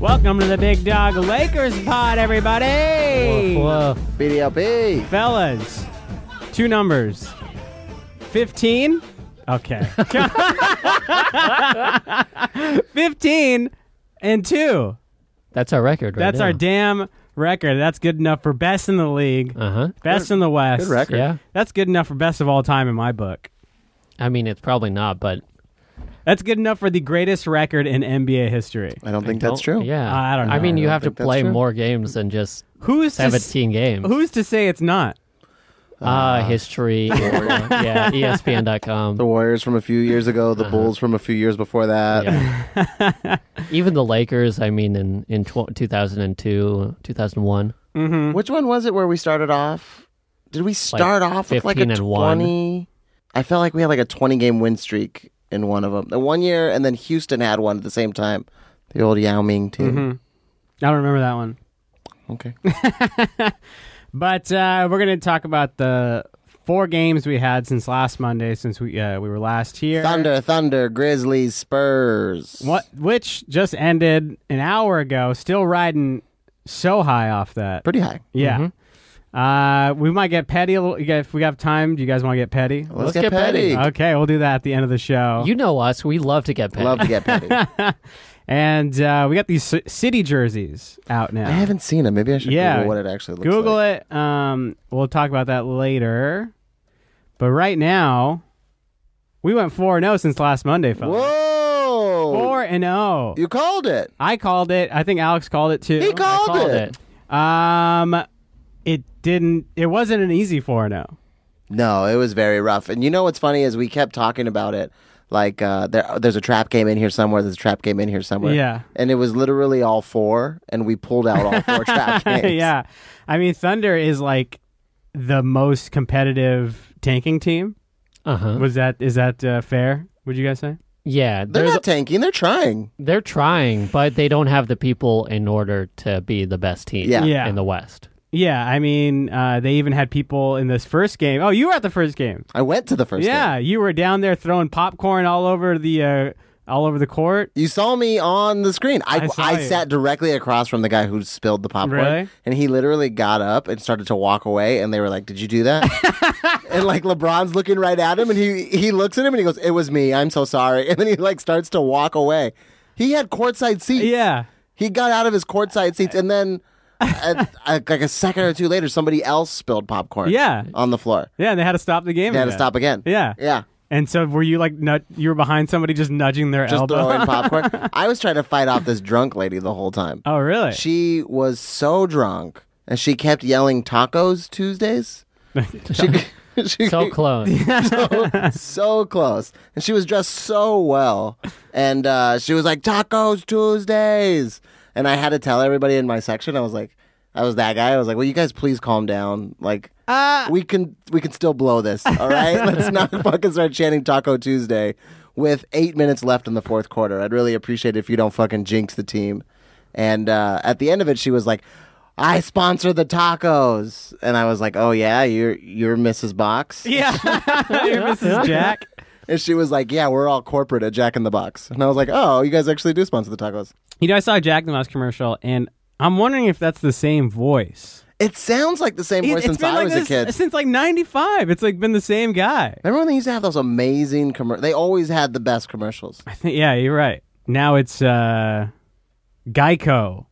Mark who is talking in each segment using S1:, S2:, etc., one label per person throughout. S1: Welcome to the Big Dog Lakers pod, everybody.
S2: Woof,
S3: BDLP.
S1: Fellas, two numbers 15. Okay. 15 and two.
S2: That's our record, right?
S1: That's our damn record. That's good enough for best in the league,
S2: Uh huh.
S1: best in the West.
S3: Good record.
S2: Yeah.
S1: That's good enough for best of all time in my book.
S2: I mean, it's probably not, but
S1: That's good enough for the greatest record in NBA history.
S3: I don't think that's
S2: don't-
S3: true.
S2: Yeah.
S1: I don't
S2: I
S1: know.
S2: mean,
S1: I
S2: you
S1: don't
S2: have to
S3: think that's
S2: play
S3: true.
S2: more games than just
S1: Who's to, s-
S2: 17 games.
S1: who's to say it's not?
S2: Ah, history. yeah, E ESPN.com.
S3: The Warriors from a few years ago, the Bulls from a few years before that.
S2: Yeah. Even the Lakers, I mean, in, in tw- 2002, 2001.
S3: Which one was it where we started off? Did we start off with like a
S2: 15 and one.
S3: 20? I felt like we had like a 20 game win streak in one of them. The one year, and then Houston had one at the same time. The old Yao Ming team.
S1: I don't remember that one.
S3: Okay.
S1: But uh, we're going to talk about the four games we had since last Monday, since we uh, we were last here.
S3: Thunder, Thunder, Grizzlies, Spurs.
S1: What, which just ended an hour ago. Still riding so high off that.
S3: Pretty Mm-hmm. high.
S1: Yeah. Uh, we might get petty a little. you guys- If we have time, do you guys want to get petty?
S3: Let's, get, petty.
S1: Okay, we'll do that at the end of the show.
S2: You know us. We love to get paid.
S3: Love to get petty. I
S1: and uh, we got these ci- city jerseys out now.
S3: haven't seen it. Maybe I should
S1: Yeah.
S3: Google what it actually looks
S1: Google
S3: like.
S1: it. Um, we'll talk about that later. But right now, we went four and zero since last Monday, fellas.
S3: Whoa.
S1: Four and zero.
S3: You called it.
S1: I called it. I think Alex called it too.
S3: He
S2: I
S3: called,
S2: called
S3: it.
S2: it.
S1: um, it didn't. It wasn't an easy four and oh. zero.
S3: No, it was very rough. And you know what's funny is we kept talking about it. Like uh, there, there's a trap game in here somewhere. There's a trap game in here somewhere.
S1: Yeah.
S3: and it was literally all four, and we pulled out all four trap games.
S1: yeah, I mean Thunder is like the most competitive tanking team.
S2: Uh huh.
S1: Was that is that uh, fair? Would you guys say?
S2: Yeah.
S3: they're
S2: There's,
S3: not tanking; they're trying.
S2: they're trying, but they don't have the people in order to be the best team
S3: Yeah.
S1: Yeah.
S2: in the West.
S1: Yeah, I mean uh, they even had people in this first game. Oh, you were at the first game.
S3: I went to the first. game.
S1: Yeah, you were down there throwing popcorn all over the uh, all over the court.
S3: you saw me on the screen.
S1: I
S3: I
S1: saw
S3: I,
S1: you.
S3: sat directly across from the guy who spilled the popcorn,
S1: Really?
S3: and he literally got up and started to walk away. And they were like, "Did you do that?" and like LeBron's looking right at him, and he he looks at him and he goes, "It was me. I'm so sorry." And then he like starts to walk away. He had courtside seats.
S1: Yeah.
S3: He got out of his courtside seats, and then a, a, like a second or two later, somebody else spilled popcorn.
S1: Yeah.
S3: on the floor.
S1: Yeah, and they had to stop the game.
S3: Uh, They had to
S1: again.
S3: stop again.
S1: Yeah.
S3: yeah.
S1: And so were you like nut you were behind somebody just nudging their
S3: Just
S1: elbow?
S3: throwing popcorn. I was trying to fight off this drunk lady the whole time.
S1: oh really?
S3: She was so drunk, and she kept yelling "Tacos Tuesdays." She, she
S2: So close.
S3: so, so close, and she was dressed so well, and uh, she was like "Tacos Tuesdays," and I had to tell everybody in my section. I was like, I was that guy. I was like, "Will you guys please calm down? Like, we can we can still blow this. All right, let's not fucking start chanting Taco Tuesday with eight minutes left in the fourth quarter. I'd really appreciate it if you don't fucking jinx the team." And uh, at the end of it, she was like. I sponsor the tacos, and I was like, "Oh yeah, you're you're Mrs. Box."
S1: yeah. You're Mrs. Jack.
S3: And she was like, "Yeah, we're all corporate at Jack in the Box." And I was like, "Oh, you guys actually do sponsor the tacos."
S1: You know, I saw a Jack the Mouse commercial and I'm wondering if that's the same voice.
S3: It sounds like the same voice
S1: It-
S3: since I
S1: like
S3: was
S1: this
S3: a kid.
S1: since like ninety five. It's like been the same guy.
S3: Remember when they used to have those amazing commercials? They always had the best commercials.
S1: I think yeah, you're right. Now it's uh Geico.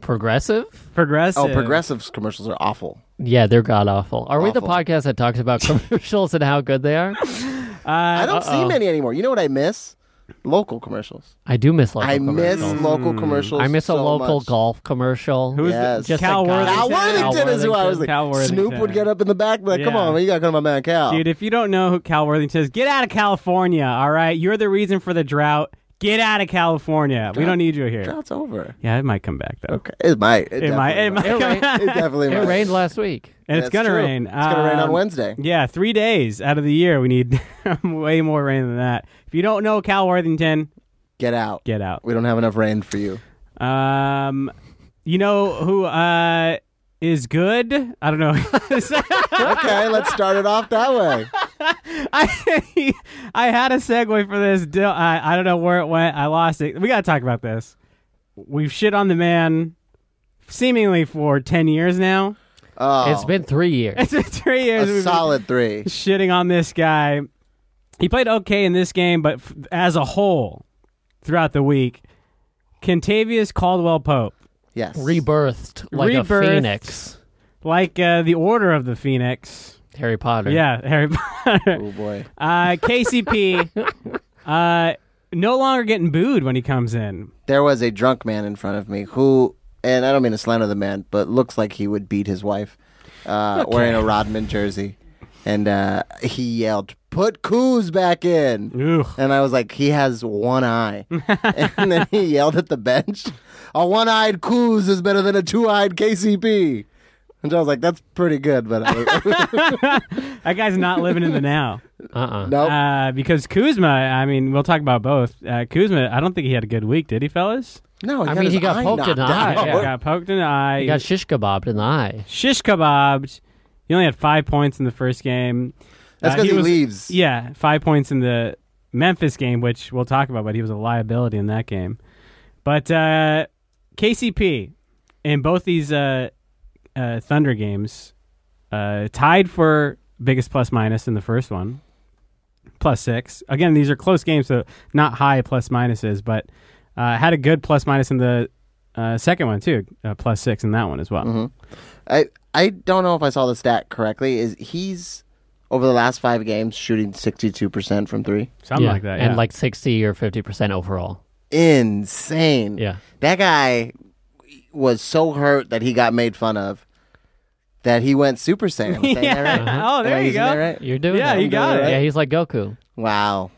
S2: Progressive?
S1: Progressive.
S3: Oh, Progressive's commercials are awful.
S2: Yeah, they're god awful. Are we the
S3: Awful.
S2: podcast that talks about commercials and how good they are?
S1: Uh,
S3: I don't see many anymore. You know what I miss? Local commercials.
S2: I do miss local
S3: I miss
S2: commercials. Hmm.
S3: local commercials.
S2: I miss a
S3: so
S2: local
S3: much.
S2: golf commercial.
S1: Who's
S3: Yes.
S1: the,
S2: Just
S1: Cal
S2: a guy.
S1: Worthington?
S3: Cal Worthington is who I was
S2: Worthington.
S3: like.
S1: Cal Worthington.
S3: Snoop would get up in the back, and be like, "Come
S1: Yeah.
S3: on, man, you gotta come to my man, Cal."
S1: Dude, if you don't know who Cal Worthington is, get out of California, all right? You're the reason for the drought. Get out of California. We don't need you here.
S3: That's over.
S1: Yeah, it might come back, though.
S3: Okay, it might. It,
S1: It might.
S3: definitely
S1: It might
S2: It
S1: come
S2: rain-
S1: back.
S3: It definitely
S2: It
S3: might.
S2: rained last week.
S1: And it's
S3: That's
S1: going to
S3: true.
S1: rain.
S3: It's gonna rain on
S1: Um,
S3: Wednesday.
S1: Yeah, three days out of the year. We need way more rain than that. If you don't know Cal Worthington,
S3: Get out.
S1: get out.
S3: We don't have enough rain for you.
S1: Um, You know who uh, is good? I don't know.
S3: Okay, let's start it off that way.
S1: I I had a segue for this. Dil- I I don't know where it went. I lost it. We gotta talk about this. we've shit on the man seemingly for 10 years now.
S3: Oh,
S2: It's been three years.
S1: It's been three years.
S3: a
S1: we've been
S3: solid three.
S1: shitting on this guy. He played okay in this game, but f- as a whole, throughout the week, Kentavious Caldwell Pope,
S3: Yes.
S2: Rebirthed like
S1: Rebirthed.
S2: a phoenix.
S1: like uh, the Order of the Phoenix.
S2: Harry Potter.
S1: Yeah, Harry Potter.
S3: Oh boy.
S1: Uh, KCP, uh, no longer getting booed when he comes in.
S3: There was a drunk man in front of me who, and I don't mean to slander the man, but looks like he would beat his wife, uh, wearing a Rodman jersey, and uh, he yelled, "Put Coos back in."
S1: Ugh.
S3: And I was like, he has one eye. and then he yelled at the bench, a one eyed Coos is better than a two eyed KCP. And I was like, that's pretty good, but I was,
S1: That guy's not living in the now.
S2: Uh uh
S3: nope.
S1: Uh, because Kuzma, I mean, we'll talk about both. Uh, Kuzma, I don't think he had a good week, did he, fellas?
S3: no, he
S2: I
S3: got
S2: mean,
S3: his
S2: he got
S3: eye
S2: poked
S3: knocked
S2: in the eye,
S3: out.
S2: yeah.
S1: Got poked in the eye.
S2: He got shish kebabbed in the eye.
S1: shish kebabbed. He only had five points in the first game.
S3: That's
S1: Uh,
S3: because he,
S1: was-
S3: leaves.
S1: Yeah, five points in the Memphis game, which we'll talk about, but he was a liability in that game. But uh, KCP in both these uh, uh, Thunder games uh, tied for biggest plus minus in the first one, plus six. Again, these are close games, so not high plus minuses, but uh, had a good plus minus in the uh, second one too, uh, plus six in that one as well.
S2: Mm-hmm.
S3: I, I don't know if I saw the stat correctly. Is He's, over the last five games, shooting 62% from three.
S1: Something
S2: Yeah.
S1: like that,
S2: And
S1: yeah.
S2: like 60 or 50% overall.
S3: Insane.
S2: Yeah.
S3: That guy was so hurt that he got made fun of that he went Super Saiyan. Am I saying that right?
S2: Uh-huh.
S1: Yeah. Oh,
S3: Am I
S1: there you
S3: using
S1: go.
S3: that right?
S2: You're doing
S1: Yeah,
S2: it.
S1: you got
S3: it.
S2: Yeah, he's like Goku.
S3: Wow.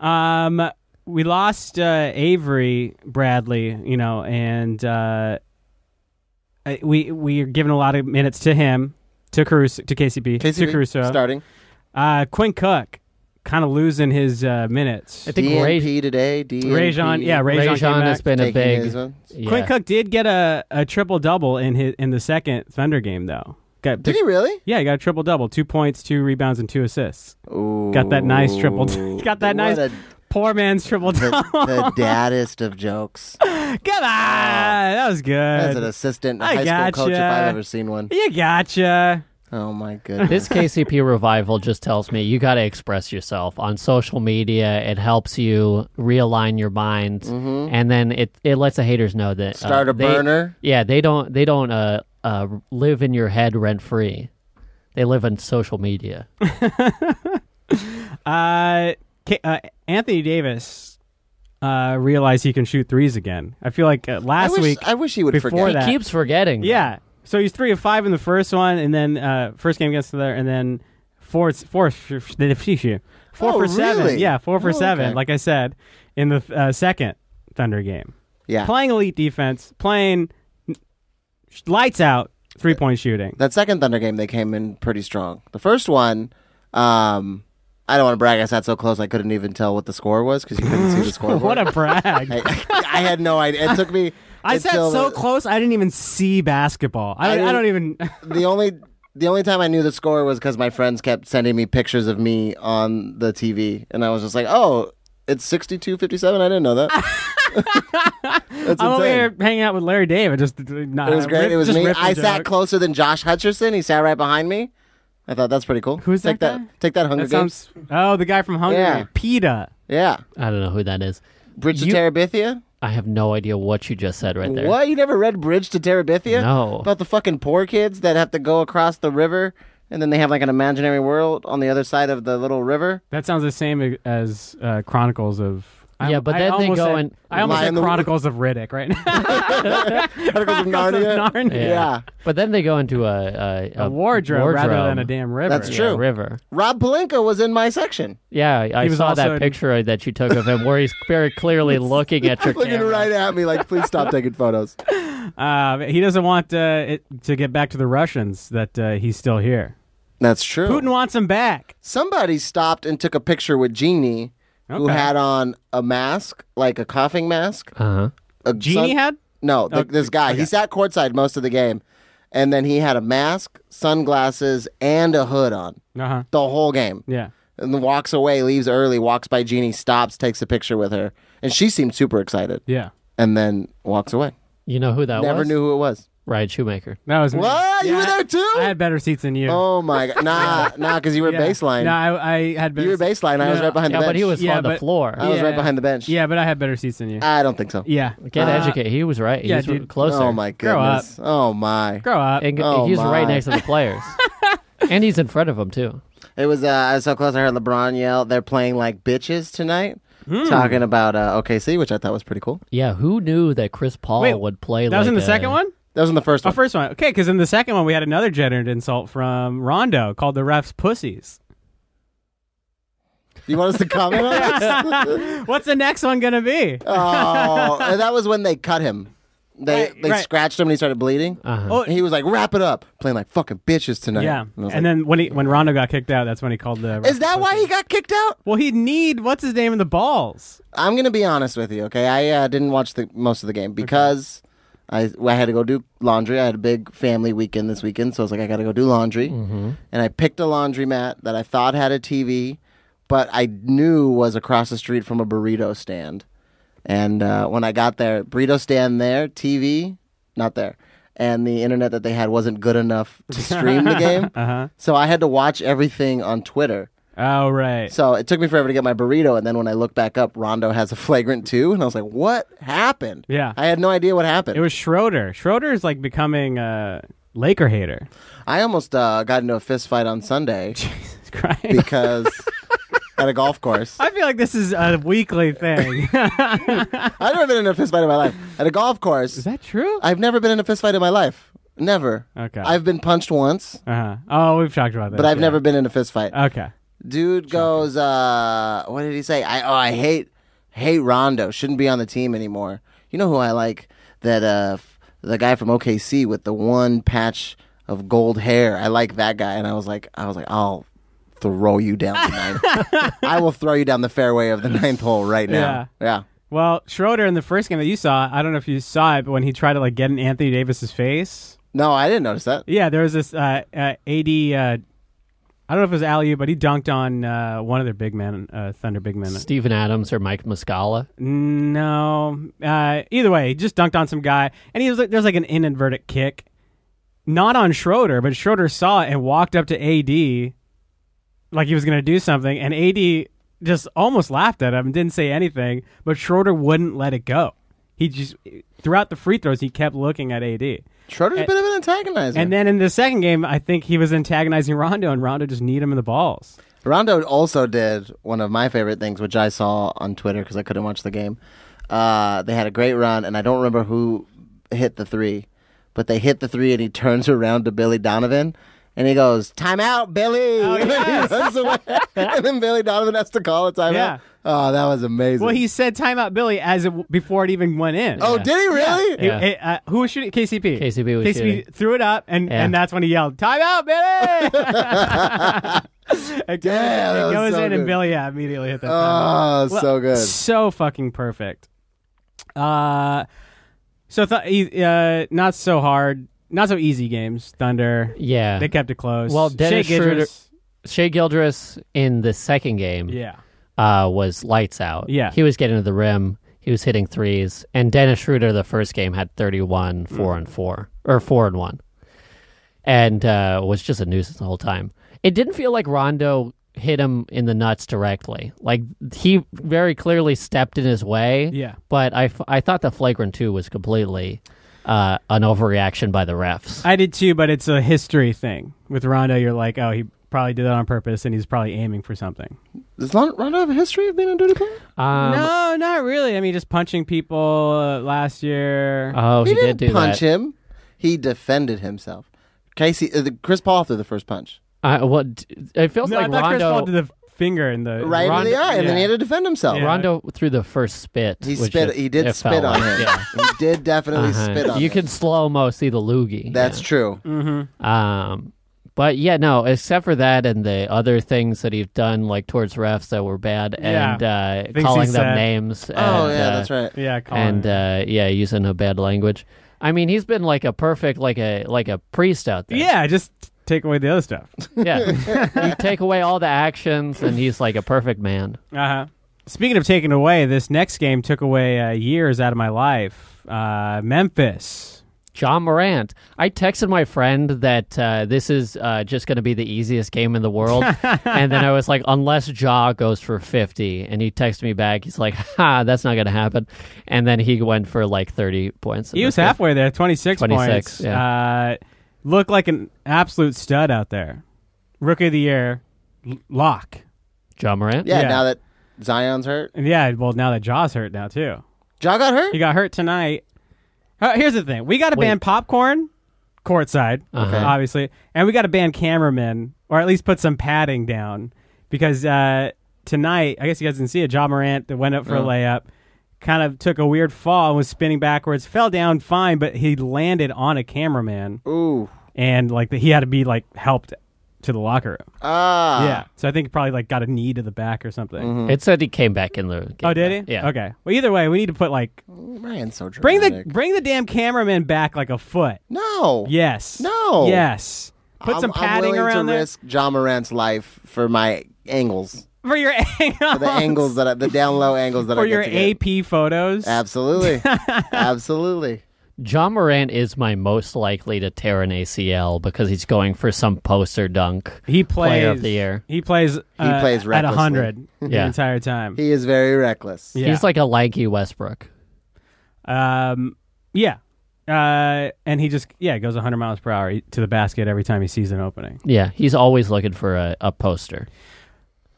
S1: Um, we lost uh, Avery Bradley, you know, and uh, I- we we are giving a lot of minutes to him, to Caruso, to KCP, to
S3: KCP
S1: Caruso.
S3: starting.
S1: Uh, Quinn Cook, kind of losing his uh, minutes.
S2: I think
S3: DNP
S2: Ray,
S3: today. DNP.
S1: Rajon, yeah, Rajon, came
S2: Rajon has
S1: back.
S2: been a
S3: Taking
S2: big.
S3: his ones.
S2: Yeah.
S1: Quinn Cook did get a, a triple double in his in the second Thunder game though. Got
S3: Did he really?
S1: yeah, he got a triple double, two points, two rebounds, and two assists.
S3: Ooh.
S1: Got that nice triple. got that nice
S3: What a-
S1: poor man's triple
S3: the,
S1: double.
S3: the daddest of jokes.
S1: Come on,
S3: Oh.
S1: that was good.
S3: As an assistant
S1: I
S3: high school coach, if
S1: gotcha.
S3: I've ever seen one.
S1: You gotcha.
S3: Oh my goodness.
S2: This KCP revival just tells me you got to express yourself on social media. It helps you realign your mind,
S1: Mm-hmm.
S2: and then it, it lets the haters know that uh,
S3: Start a
S2: they-
S3: burner.
S2: Yeah, they don't they don't uh, uh, live in your head rent free. They live on social media.
S1: Uh, K- uh, Anthony Davis uh, realized he can shoot threes again. I feel like uh,
S3: I
S1: last
S3: wish,
S1: week,
S3: I wish he would
S1: before
S3: forget.
S1: that-
S2: He keeps forgetting.
S1: yeah. So he's three of five in the first one, and then uh, first game against the other, and then four, four, four
S3: Oh,
S1: for seven.
S3: really?
S1: Yeah, four for
S3: Oh,
S1: seven.
S3: okay.
S1: Like I said, in the uh, second Thunder game,
S3: Yeah.
S1: playing elite defense, playing lights out three point shooting.
S3: That second Thunder game, they came in pretty strong. The first one, um, I don't want to brag. I sat so close, I couldn't even tell what the score was because you couldn't see the scoreboard.
S1: What a brag!
S3: I, I had no idea. It took me.
S1: I sat
S3: until
S1: so
S3: the,
S1: close, I didn't even see basketball. I,
S3: I
S1: I, don't even.
S3: The only the only time I knew the score was because my friends kept sending me pictures of me on the TV, and I was just like, "Oh, it's 62-57? I didn't know that." That's
S1: I'm over
S3: insane.
S1: here hanging out with Larry David. Just uh, not.
S3: It was great. It was me. I sat closer than Josh Hutcherson. He sat right behind me. I thought that's pretty cool.
S1: Who's
S3: take
S1: that guy?
S3: Take that, Hunger
S1: That sounds. Oh, the guy from Hungary,
S3: Yeah.
S1: Peta.
S3: Games. Yeah,
S2: I don't know who that is.
S3: Bridge
S2: You-
S3: to Terabithia.
S2: I have no idea what you just said right there.
S3: What? You never read Bridge to Terabithia?
S2: No.
S3: About the fucking poor kids that have to go across the river and then they have like an imaginary world on the other side of the little river.
S1: That sounds the same as uh, Chronicles of. I-
S2: Yeah, but
S1: I
S2: then they
S1: almost
S2: go
S1: said-
S2: and
S1: I almost
S3: lie
S1: said
S3: in the-
S1: Chronicles of Riddick right now.
S3: Chronicles of Narnia.
S1: Narnia.
S3: Yeah.
S2: But then they go into a a,
S1: A wardrobe, rather than a
S2: wardrobe.
S1: damn river.
S3: That's
S2: Yeah,
S3: true.
S2: river.
S3: Rob Palenka was in my section.
S2: Yeah, I- I
S1: He was
S2: saw
S1: also
S2: that
S1: in-
S2: picture that you took of him where he's very clearly looking at your
S3: Looking
S2: camera.
S3: right at me like, please stop taking photos.
S1: Uh, he doesn't want uh, it to get back to the Russians that uh, he's still here.
S3: That's true.
S1: Putin wants him back.
S3: Somebody stopped and took a picture with Genie, who
S1: Okay.
S3: had on a mask, like a coughing mask.
S2: Uh-huh.
S3: A
S1: Genie
S3: sun-
S1: had.
S3: No, th- this guy. He sat courtside most of the game, and then he had a mask, sunglasses, and a hood on
S1: Uh huh.
S3: the whole game.
S1: Yeah.
S3: and then walks away, leaves early, walks by Jeannie, stops, takes a picture with her, and she seemed super excited.
S1: Yeah.
S3: and then walks away.
S2: You know who that
S3: Never
S2: was?
S3: knew who it was.
S2: Ryan Shoemaker.
S1: That was me.
S3: What? you
S1: Yeah,
S3: were there too?
S1: I had better seats than you.
S3: oh my god. Nah, nah, because you were
S1: Yeah.
S3: baseline.
S1: No, I, I had better.
S3: you were baseline. I was
S1: No.
S3: right behind
S2: Yeah,
S3: the bench.
S2: but he was
S1: Yeah,
S2: on the
S1: but-
S2: floor.
S3: I was
S1: Yeah.
S3: right behind the bench.
S1: yeah, but I had better seats than you.
S3: I don't think so.
S1: yeah.
S2: Get
S1: Uh,
S2: educated. He was right. He
S1: yeah,
S2: was
S1: dude.
S2: closer.
S3: Oh my
S1: Grow up.
S3: goodness. Oh my.
S1: Grow up.
S2: And,
S3: Oh,
S2: he's right
S3: my.
S2: next to the players. and he's in front of them, too.
S3: It was. Uh, I was so close. I heard LeBron yell, "They're playing like bitches tonight."
S1: Hmm.
S3: Talking about uh, OKC, which I thought was pretty cool.
S2: Yeah, who knew that Chris Paul
S1: Wait,
S2: would play
S1: that was in the
S2: like a-
S1: second one?
S3: That was in the first
S1: Oh,
S3: one.
S1: first one. Okay, because in the second one, we had another gendered insult from Rondo called the refs pussies.
S3: You want us to comment on this?
S1: What's the next one going to be?
S3: oh, and that was when they cut him. They
S1: Right,
S3: they
S1: right.
S3: scratched him and he started bleeding.
S2: Uh-huh.
S1: Oh,
S3: And he was like, "Wrap it up, playing like fucking bitches tonight."
S1: yeah.
S3: And I was
S1: And
S3: like,
S1: then when he, when Rondo got kicked out, that's when he called the. refs
S3: is that why
S1: pussies.
S3: he got kicked out?
S1: Well, he'd need what's his name in the balls.
S3: I'm gonna be honest with you, okay? I uh, didn't watch the most of the game because I I had to go do laundry. I had a big family weekend this weekend, so I was like, I gotta go do laundry, and I picked a laundromat that I thought had a TV, but I knew was across the street from a burrito stand. And uh, when I got there, burrito stand there, TV not there, and the internet that they had wasn't good enough to stream the game.
S1: Uh-huh.
S3: So I had to watch everything on Twitter.
S1: Oh, right.
S3: So it took me forever to get my burrito, and then when I look back up, Rondo has a flagrant two, and I was like, "What happened?"
S1: Yeah.
S3: I had no idea what happened.
S1: It was Schroeder. Schroeder is like becoming a Laker hater.
S3: I almost uh, got into a fist fight on Sunday
S1: Jesus Christ.
S3: because at a golf course.
S1: I feel like this is a weekly thing.
S3: I've never been in a fist fight in my life. At a golf
S1: is
S3: course,
S1: that true?
S3: I've never been in a fist fight in my life. Never.
S1: Okay.
S3: I've been punched once,
S1: Uh-huh. Oh, we've talked about that.
S3: but I've
S1: yeah.
S3: never been in a fist fight.
S1: Okay.
S3: Dude goes, uh, what did he say? I oh, I hate hate Rondo. Shouldn't be on the team anymore. You know who I like? That uh, f- the guy from OKC with the one patch of gold hair. I like that guy. And I was like, I was like, I'll throw you down tonight. I will throw you down the fairway of the ninth hole right now. Yeah.
S1: Well, Schroeder in the first game that you saw, I don't know if you saw it, but when he tried to like get in Anthony Davis's face,
S3: No, I didn't notice that.
S1: yeah, there was this uh, uh, AD. Uh, I don't know if it was Alley, but he dunked on uh, one of their big men, uh, Thunder big men.
S2: Steven Adams or Mike Muscala.
S1: No, uh, either way, he just dunked on some guy, and he was like, there's like an inadvertent kick, not on Schroeder, but Schroeder saw it and walked up to AD, like he was gonna do something, and AD just almost laughed at him, didn't say anything, but Schroeder wouldn't let it go. He just throughout the free throws, he kept looking at AD.
S3: Schroeder's a bit of an antagonizer.
S1: And then in the second game, I think he was antagonizing Rondo, and Rondo just kneed him in the balls.
S3: Rondo also did one of my favorite things, which I saw on Twitter because I couldn't watch the game. Uh, they had a great run, and I don't remember who hit the three, but they hit the three, and he turns around to Billy Donovan, and he goes, "Time out, Billy!"
S1: Oh,
S3: and then he runs away, and then Billy Donovan has to call a timeout.
S1: Yeah.
S3: Oh, that was amazing.
S1: Well, he said timeout, Billy, as it, before it even went in.
S3: oh, did he really?
S1: He-
S2: Yeah.
S1: it- uh, who was shooting? KCP.
S2: KCP was shooting.
S1: threw it up, and,
S2: Yeah.
S1: and that's when he yelled, "Time out, Billy!" it goes,
S3: Damn, that
S1: it
S3: was
S1: goes
S3: so
S1: in,
S3: good.
S1: and Billy yeah, immediately hit that. timeout.
S3: Oh, so good.
S1: So fucking perfect. Uh, so th- e- uh, not so hard, not so easy games. Thunder.
S2: Yeah.
S1: They kept it close.
S2: Well, Dennis
S1: Shea Gidgeous-
S2: Schroeder- Shea Gildress in the second game
S1: Yeah.
S2: uh, was lights out.
S1: Yeah.
S2: He was getting to the rim. He was hitting threes. And Dennis Schroeder, the first game, had 31,
S1: Hmm.
S2: 4 and 4, or 4 and 1, and uh, was just a nuisance the whole time. It didn't feel like Rondo hit him in the nuts directly. Like, he very clearly stepped in his way.
S1: Yeah.
S2: But I, f- I thought the flagrant two was completely uh, an overreaction by the refs.
S1: I did too, but it's a history thing with Rondo. You're like, oh, he probably did that on purpose, and he's probably aiming for something.
S3: Does Lon- Rondo have a history of being a dirty player?
S2: Um,
S1: no, not really. I mean, just punching people uh, last year.
S2: Oh, he,
S3: he,
S2: did
S3: didn't
S2: do
S3: punch
S2: that.
S3: him. He defended himself. Casey, uh, the, Chris Paul threw the first punch.
S2: I, well, d- Uh, it feels
S1: no,
S2: like
S1: I thought Chris
S2: Rondo
S1: Paul did the finger in the
S3: right in the
S2: Rondo-
S3: eye, and then he
S1: yeah.
S3: had to defend himself.
S1: Yeah.
S2: Rondo threw the first spit.
S3: He
S2: which
S3: spit.
S2: it-
S3: he did
S2: it
S3: spit
S2: felt
S3: on
S2: like,
S3: him.
S2: yeah.
S3: He did definitely
S2: Uh-huh.
S3: spit on
S2: you
S3: him.
S2: can slow mo see the loogie.
S3: That's true.
S1: Mm-hmm.
S2: yeah. um, but yeah, no. Except for that and the other things that he's done, like towards refs that were bad
S1: Yeah.
S2: and uh,
S1: he
S2: calling them
S1: said.
S2: names.
S3: Oh
S2: and,
S3: yeah,
S2: uh,
S3: that's right.
S1: Yeah, Colin.
S2: And uh, yeah, using a bad language. I mean, he's been like a perfect, like a like a priest out there.
S1: yeah, just take away the other stuff.
S2: yeah. you take away all the actions, and he's like a perfect man.
S1: Uh huh. Speaking of taking away, this next game took away uh, years out of my life. Uh, Memphis.
S2: John Morant. I texted my friend that uh, this is uh, just going to be the easiest game in the world. and then I was like, unless Ja goes for 50. And he texted me back. He's like, ha, that's not going to happen. And then he went for like 30 points.
S1: He was halfway there, 26,
S2: 26,
S1: points. Uh, looked like an absolute stud out there. Rookie of the year, l- lock.
S2: John Morant?
S3: Yeah,
S1: Yeah.
S3: now that Zion's hurt.
S1: And yeah, well, now that Jaw's hurt now, too.
S3: Ja got hurt?
S1: He got hurt tonight. Uh, here's the thing: we got to
S2: Wait.
S1: ban popcorn courtside,
S2: Okay.
S1: obviously, and we got to ban cameramen, or at least put some padding down, because uh, tonight, I guess you guys didn't see it. John Morant that went up for a
S2: Oh.
S3: No.
S1: layup, kind of took a weird fall and was spinning backwards, fell down fine, but he landed on a cameraman,
S3: Ooh.
S1: and like he had to be like helped to the locker room.
S3: Ah.
S1: yeah, so I think he probably like got a knee to the back or something.
S2: It said he came back in the game.
S1: Oh, did he?
S2: Mm-hmm. Yeah.
S1: Okay. Well, either way, we need to put like
S3: Ryan's so dramatic.
S1: bring the bring the damn cameraman back like a foot.
S3: No.
S1: Yes.
S3: No.
S1: Yes. Put
S3: I'm-
S1: some padding
S3: I'm willing
S1: around
S3: to
S1: there
S3: risk John Morant's life for my angles.
S1: for your angles,
S3: For the angles that I, the down low angles that
S1: for
S3: I get
S1: your
S3: to get.
S1: AP photos.
S3: Absolutely. Absolutely.
S2: John Morant is my most likely to tear an ACL because he's going for some poster dunk.
S1: He plays
S2: Player of the year.
S1: He plays. uh,
S3: plays
S1: at
S3: recklessly.
S1: hundred the
S2: Yeah.
S1: entire time.
S3: He is very reckless.
S1: yeah.
S2: He's like a lanky Westbrook.
S1: um, yeah. Uh, and he just yeah goes 100 miles per hour e, to the basket every time he sees an opening.
S2: Yeah, he's always looking for a, a poster.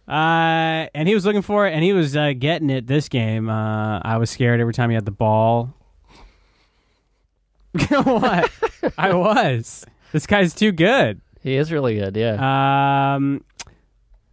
S1: Uh, and he was looking for it, and he was uh, getting it this game. Uh, I was scared every time he had the ball. what? I was. This guy's too good.
S2: He is really good, yeah.
S1: Um,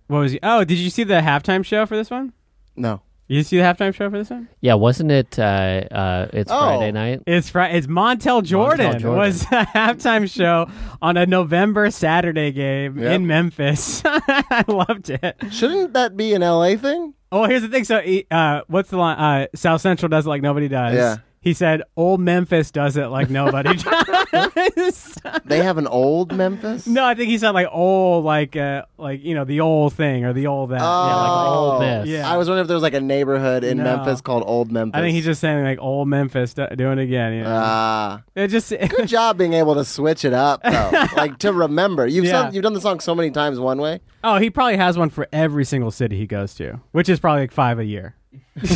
S1: what was he? Oh, did you see the halftime show for this one?
S3: No.
S1: You see the halftime show for this one?
S2: yeah, wasn't it uh, uh, it's
S3: Oh.
S2: Friday night?
S1: It's Fri It's Montel Jordan,
S2: Jordan.
S1: was the halftime show on a November Saturday game
S3: Yep.
S1: in Memphis. I loved it.
S3: Shouldn't that be an LA thing?
S1: Oh, here's the thing. So, he- uh, what's the line? Uh, South Central does it like nobody does.
S3: Yeah.
S1: He said, "Old Memphis does it like nobody does."
S3: They have an old Memphis?
S1: no, I think he said like old, like uh, like you know the old thing or the old that. Yeah, like,
S2: all
S3: Oh.
S2: this.
S1: Yeah.
S3: I was wondering if there was like a neighborhood in
S1: No.
S3: Memphis called Old Memphis.
S1: I think he's just saying like old Memphis do- doing it again. You know?
S3: Ah.
S1: it just
S3: Good job being able to switch it up, though. like to remember, you've
S1: Yeah.
S3: sung- you've done the song so many times one way.
S1: oh, he probably has one for every single city he goes to, which is probably like five a year.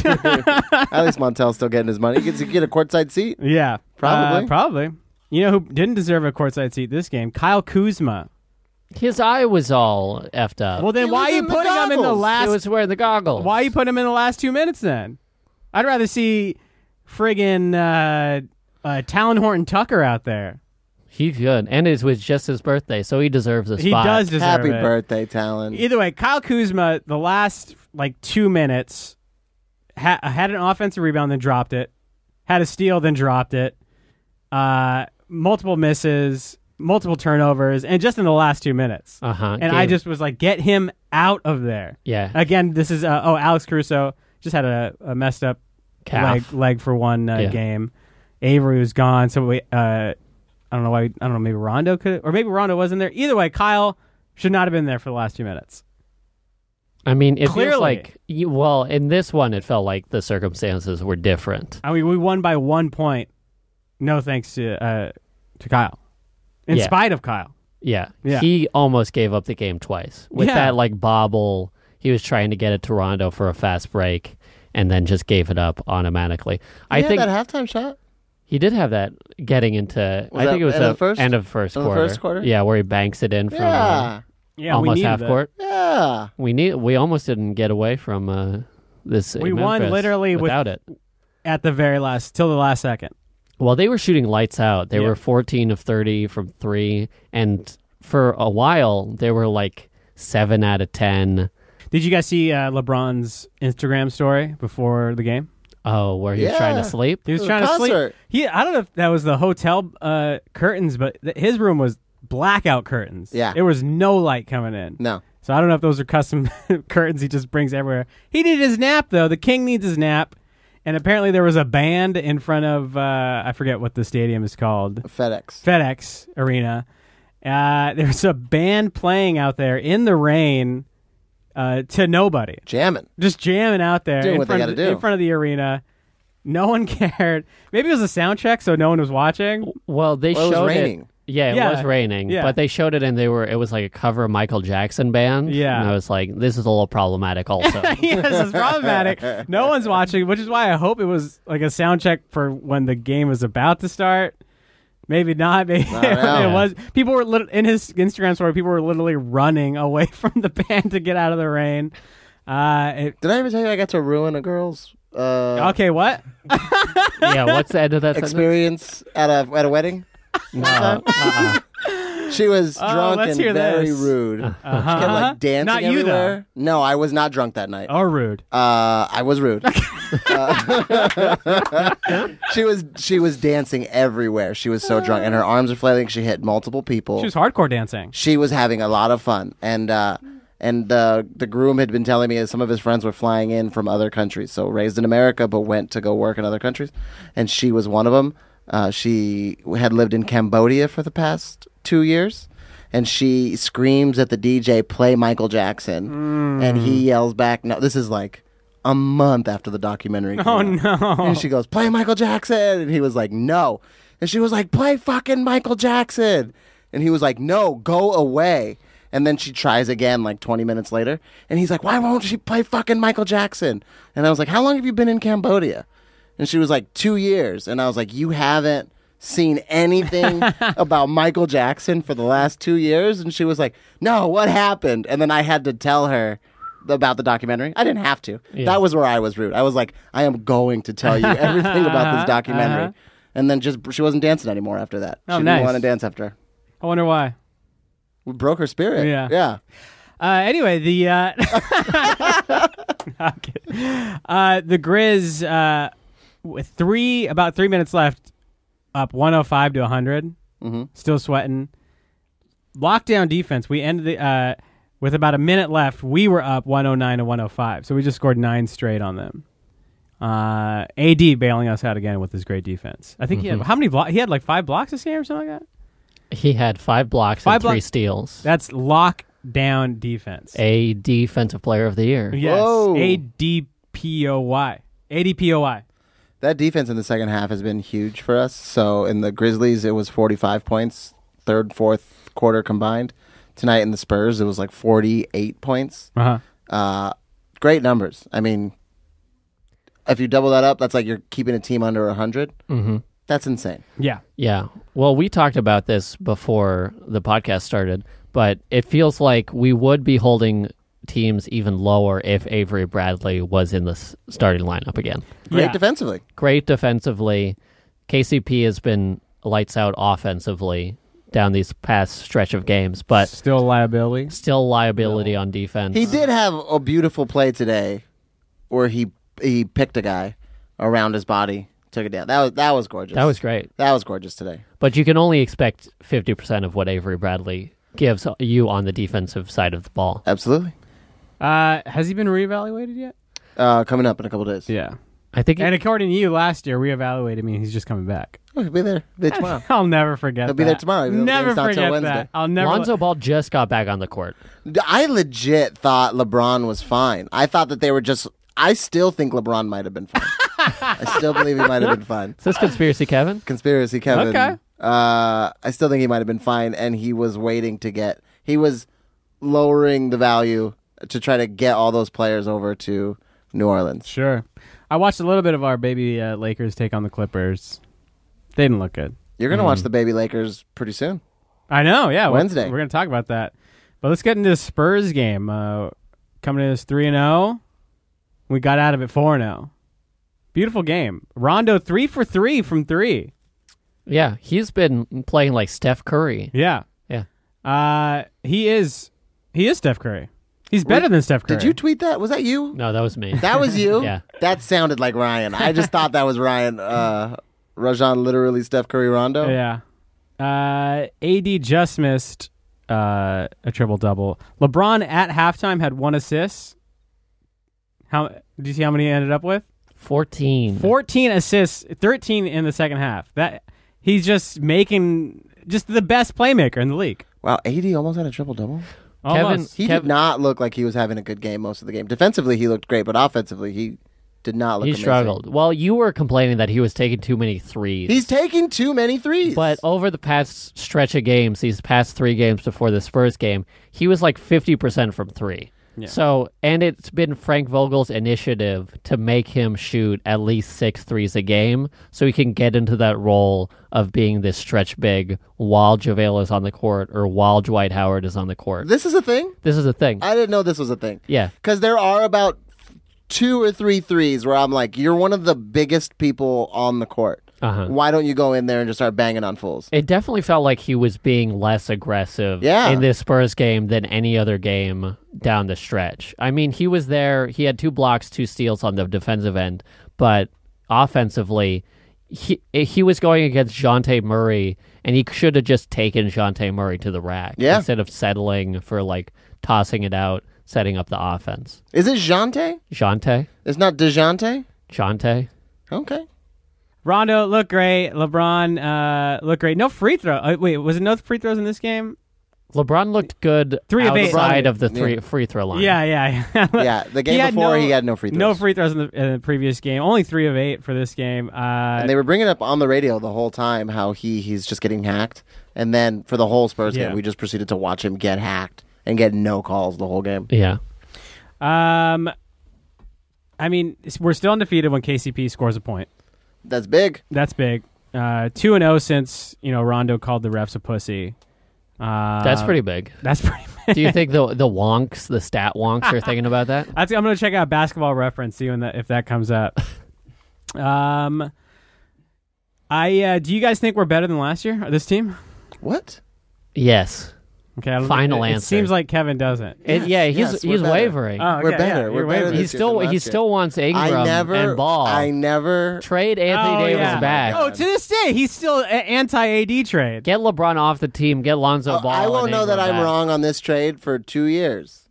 S3: At least Montel's still getting his money. He gets to get a courtside seat.
S1: Yeah,
S3: Probably.
S1: Uh, probably. You know who didn't deserve a courtside seat this game? Kyle Kuzma.
S2: His eye was all effed up.
S1: Well, then
S3: He
S1: why are
S3: was
S1: you
S3: in the
S1: putting him in the
S3: goggles.
S1: last
S2: he was wearing the goggles.
S1: Why you put him in the last two minutes then? I'd rather see friggin' uh, uh, Talon Horton Tucker out there.
S2: He's good, and it was just his birthday, so he deserves a spot.
S1: He does deserve
S3: Happy
S1: it.
S3: birthday, Talon.
S1: Either way, Kyle Kuzma, the last like two minutes, ha- had an offensive rebound, then dropped it. Had a steal, then dropped it. Uh, multiple misses, multiple turnovers, and just in the last two minutes.
S2: Uh huh.
S1: and I just was like, get him out of there.
S2: yeah,
S1: Again, this is uh, oh Alex Crusoe just had a, a messed up
S2: calf.
S1: leg leg for one uh,
S2: Yeah.
S1: game. Avery was gone, so we uh, I don't know why I don't know maybe Rondo could or maybe Rondo wasn't there. Either way, Kyle should not have been there for the last two minutes.
S2: I mean, it
S1: Clearly.
S2: feels like you, well, in this one, it felt like the circumstances were different.
S1: I mean, we won by one point. No thanks to uh, to Kyle, in
S2: Yeah.
S1: spite of Kyle.
S2: Yeah.
S1: Yeah.
S2: he almost gave up the game twice with
S1: Yeah.
S2: that like bobble. He was trying to get it to Rondo for a fast break, and then just gave it up automatically. I
S3: He had
S2: think
S3: that halftime shot.
S2: He did have that getting into.
S3: Was
S2: I
S3: that
S2: think it was
S3: end
S2: the
S3: of first?
S2: end of first
S3: End of
S2: quarter.
S3: first quarter?
S2: Yeah, where he banks it in from uh,
S3: Yeah,
S1: Yeah, we
S2: almost
S1: needed
S2: half
S1: that.
S2: court.
S3: yeah.
S2: We need. We almost didn't get away from uh, this.
S1: We won
S2: Memphis
S1: literally with-
S2: without it.
S1: at the very last, till the last second.
S2: Well, they were shooting lights out. They
S1: Yeah.
S2: were fourteen of thirty from three, and for a while they were like seven out of ten.
S1: Did you guys see uh, LeBron's Instagram story before the game?
S2: Oh, where he was trying
S3: Yeah.
S2: to sleep.
S1: He was
S3: It was a
S1: trying to sleep.
S3: concert.
S1: He, I don't know if that was the hotel uh, curtains, but th- his room was blackout curtains.
S3: Yeah.
S1: there was no light coming in.
S3: No,
S1: So I don't know if those are custom curtains he just brings everywhere. He needed his nap though. The king needs his nap, and apparently there was a band in front of uh, I forget what the stadium is called,
S3: FedEx.
S1: FedEx Arena. Uh, there's a band playing out there in the rain uh, to nobody,
S3: Jamming.
S1: just jamming out there
S3: Doing
S1: in,
S3: what they
S1: front
S3: gotta
S1: of, the- in
S3: do.
S1: front of the arena. No one cared. Maybe it was a sound check, so no one was watching.
S2: Well, they
S3: Well, it was
S2: showed
S3: raining.
S2: Yeah, it
S1: Yeah.
S2: was raining,
S1: Yeah.
S2: but they showed it and they were it was like a cover Michael Jackson band.
S1: Yeah.
S2: and I was like, this is a little problematic. Also,
S1: yes, it's problematic. No one's watching, which is why I hope it was like a sound check for when the game was about to start. Maybe not. Maybe
S3: know.
S1: it was. People were lit- in his Instagram story. People were literally running away from the band to get out of the rain. Uh, it,
S3: Did I ever tell you I got to ruin a girl's uh,
S1: okay, what?
S2: yeah, what's the end of that sentence?
S3: experience at a at a wedding?
S2: No. Uh-uh.
S3: She was drunk
S1: Oh, let's
S3: and
S1: hear
S3: very
S1: this.
S3: rude.
S1: Uh-huh.
S3: Kept, like dancing
S1: Not you Oh.
S3: everywhere. No, I was not drunk that night.
S1: though. Or rude.
S3: Uh, I was rude. Uh, she was she was dancing everywhere. She was so drunk, and her arms were flailing. She hit multiple people.
S1: She was hardcore dancing.
S3: she was having a lot of fun and uh and the the groom had been telling me that some of his friends were flying in from other countries so raised in america but went to go work in other countries and she was one of them uh, she had lived in cambodia for the past two years and she screams at the dj play michael jackson and he yells back no this is like a month after the documentary came
S1: Oh
S3: out.
S1: no!
S3: And she goes, play Michael Jackson. And he was like, no. And she was like, play fucking Michael Jackson. And he was like, no, go away. And then she tries again like 20 minutes later. And he's like, why won't she play fucking Michael Jackson? And I was like, how long have you been in Cambodia? And she was like, two years. And I was like, you haven't seen anything about Michael Jackson for the last two years? And she was like, no, what happened? And then I had to tell her about the documentary. I didn't have to. That was where I was rude. I was like, I am going to tell you everything about
S1: Uh-huh.
S3: this documentary. And then just she wasn't dancing anymore after that.
S1: Oh,
S3: she
S1: nice.
S3: didn't want to dance after.
S1: I wonder why.
S3: We broke her spirit.
S1: Yeah.
S3: Yeah.
S1: Uh, anyway, the uh, I'm kidding. uh, the Grizz uh, with three about three minutes left, up 105 to 100,
S3: Mhm.
S1: still sweating. Lockdown defense. We ended the, uh, with about a minute left. We were up 109 to 105, so we just scored nine straight on them. Uh, AD bailing us out again with his great defense. I think he had how many blocks? He had like five blocks this game or something like that.
S2: He had five blocks
S1: Five
S2: and three
S1: blocks.
S2: steals.
S1: That's lockdown defense.
S2: a defensive player of the year.
S1: Yes.
S3: Whoa.
S1: A D P O Y. A D P O Y.
S3: That defense in the second half has been huge for us. So in the Grizzlies it was forty five points, third, fourth quarter combined. Tonight in the Spurs it was like forty eight points.
S1: Uh huh.
S3: Uh great numbers. I mean if you double that up, that's like you're keeping a team under 100. Mm-hmm. That's insane.
S1: Yeah.
S2: Yeah. Well, we talked about this before the podcast started, but it feels like we would be holding teams even lower if Avery Bradley was in the s- starting lineup again.
S3: Great
S1: Yeah.
S3: defensively.
S2: Great defensively. KCP has been lights out offensively down these past stretch of games, but
S1: Still a liability.
S2: still liability on defense.
S3: He did have a beautiful play today, where he he picked a guy around his body, took it down. That was that was gorgeous.
S2: That was great.
S3: that was gorgeous today.
S2: But you can only expect 50% of what Avery Bradley gives you on the defensive side of the ball.
S3: Absolutely.
S1: Uh, has he been reevaluated yet?
S3: Uh, coming up in a couple days.
S1: Yeah.
S2: I think
S1: And according to you, last year reevaluated me. and He's just coming back.
S3: Oh, he'll be there. Be there tomorrow.
S1: I'll never forget.
S3: He'll be
S1: that.
S3: there tomorrow, even though
S1: Never
S3: it's not till
S1: forget
S3: Wednesday.
S1: that. I'll never.
S2: Lonzo Ball just got back on the court.
S3: I legit thought LeBron was fine. I thought that they were just. I still think LeBron might have been fine. I still believe he might have been fine.
S2: Is this conspiracy, Kevin?
S3: Conspiracy Kevin.
S1: Okay.
S3: Uh, I still think he might have been fine, and he was waiting to get. He was lowering the value to try to get all those players over to New Orleans.
S1: sure. I watched a little bit of our baby uh, Lakers take on the Clippers. They didn't look good.
S3: You're gonna
S2: Mm-hmm.
S3: watch the baby Lakers pretty soon.
S1: I know. Yeah. we're-
S3: Wednesday.
S1: We're, going to talk about that. But let's get into the Spurs game. Uh, coming in as 3 and 0. We got out of it 4 and 0. Beautiful game. Rondo 3 for 3 from 3.
S2: Yeah, he's been playing like Steph Curry.
S1: Yeah.
S2: Yeah.
S1: Uh, he is he is Steph Curry. He's better than Steph Curry.
S3: Did you tweet that? Was that you?
S2: No, that was me.
S3: That was you.
S2: Yeah.
S3: That sounded like Ryan. I just thought that was Ryan. Uh, Rajon literally Steph Curry Rondo.
S1: Yeah. Uh, AD just missed uh, a triple double. LeBron at halftime had one assist. How do you see how many he ended up with?
S2: 14.
S1: 14 assists, 13 in the second half. That he's just making just the best playmaker in the league.
S3: Wow, AD almost had a triple double.
S1: Almost.
S2: Kevin,
S3: He
S2: Kevin
S3: did not look like he was having a good game most of the game. Defensively, he looked great, but offensively, he did not look.
S2: he
S3: amazing.
S2: struggled. Well, you were complaining that he was taking too many threes.
S3: He's taking too many threes.
S2: But over the past stretch of games, these past three games before the Spurs game, he was like 50% from three. So, and it's been Frank Vogel's initiative to make him shoot at least six threes a game so he can get into that role of being this stretch big while JaVale is on the court or while Dwight Howard is on the court.
S3: this is a thing.
S2: This is a thing.
S3: I didn't know this was a thing.
S2: yeah.
S3: Because there are about two or three threes where I'm like, you're one of the biggest people on the court.
S2: Uh-huh.
S3: Why don't you go in there and just start banging on fools?
S2: It definitely felt like he was being less aggressive
S3: Yeah.
S2: in this Spurs game than any other game down the stretch. I mean, he was there. He had two blocks, two steals on the defensive end, but offensively, he he was going against Jonte Murray, and he should have just taken Jonte Murray to the rack
S3: Yeah.
S2: instead of settling for like tossing it out, setting up the offense.
S3: Is it Jante?
S2: Jonte,
S3: It's not DeJante?
S2: Jonte,
S3: Okay.
S1: Rondo looked great. LeBron uh, looked great. No free throw. Uh, wait, was it no free throws in this game?
S2: LeBron looked good
S1: Three of eight.
S2: outside of the three
S3: Yeah.
S2: free throw line.
S1: Yeah, yeah, yeah.
S3: Yeah, the game
S1: had
S3: before, he had no free throws.
S1: No free throws in the, in the previous game. Only three of eight for this game. Uh,
S3: And they were bringing up on the radio the whole time how he he's just getting hacked. And then for the whole Spurs
S1: Yeah.
S3: game, we just proceeded to watch him get hacked and get no calls the whole game.
S2: yeah.
S1: um, I mean, s- we're still undefeated when KCP scores a point.
S3: That's big.
S1: That's big. Uh, two and zero since you know Rondo called the refs a pussy. Uh,
S2: That's pretty big.
S1: That's pretty.
S2: Do you think the the wonks, the stat wonks, are thinking about that?
S1: I think I'm going to check out Basketball Reference see when that if that comes up. um, I uh, do you guys think we're better than last year? This team?
S3: What?
S2: Yes.
S1: Okay, I don't-
S2: Final
S1: it, it
S2: answer.
S1: seems like Kevin doesn't.
S2: It- yeah, he's
S3: yes, we're
S2: he's
S3: better.
S2: wavering.
S1: Oh, okay,
S3: We're
S1: yeah,
S3: better.
S1: you're
S3: We're
S1: right.
S3: better
S2: he
S3: this
S2: still
S3: year than
S2: he
S3: last year.
S2: still wants Ingram
S3: I Oh, never.
S2: and Ball.
S3: I never.
S2: Trade Anthony
S1: Oh,
S2: Davis
S1: yeah.
S2: back.
S1: Oh, to this day, he's still a- anti AD trade.
S2: Get LeBron off the team. Get Lonzo Ball.
S3: Oh, I won't
S2: and
S3: know that
S2: Ingram
S3: I'm
S2: back.
S3: wrong on this trade for two years.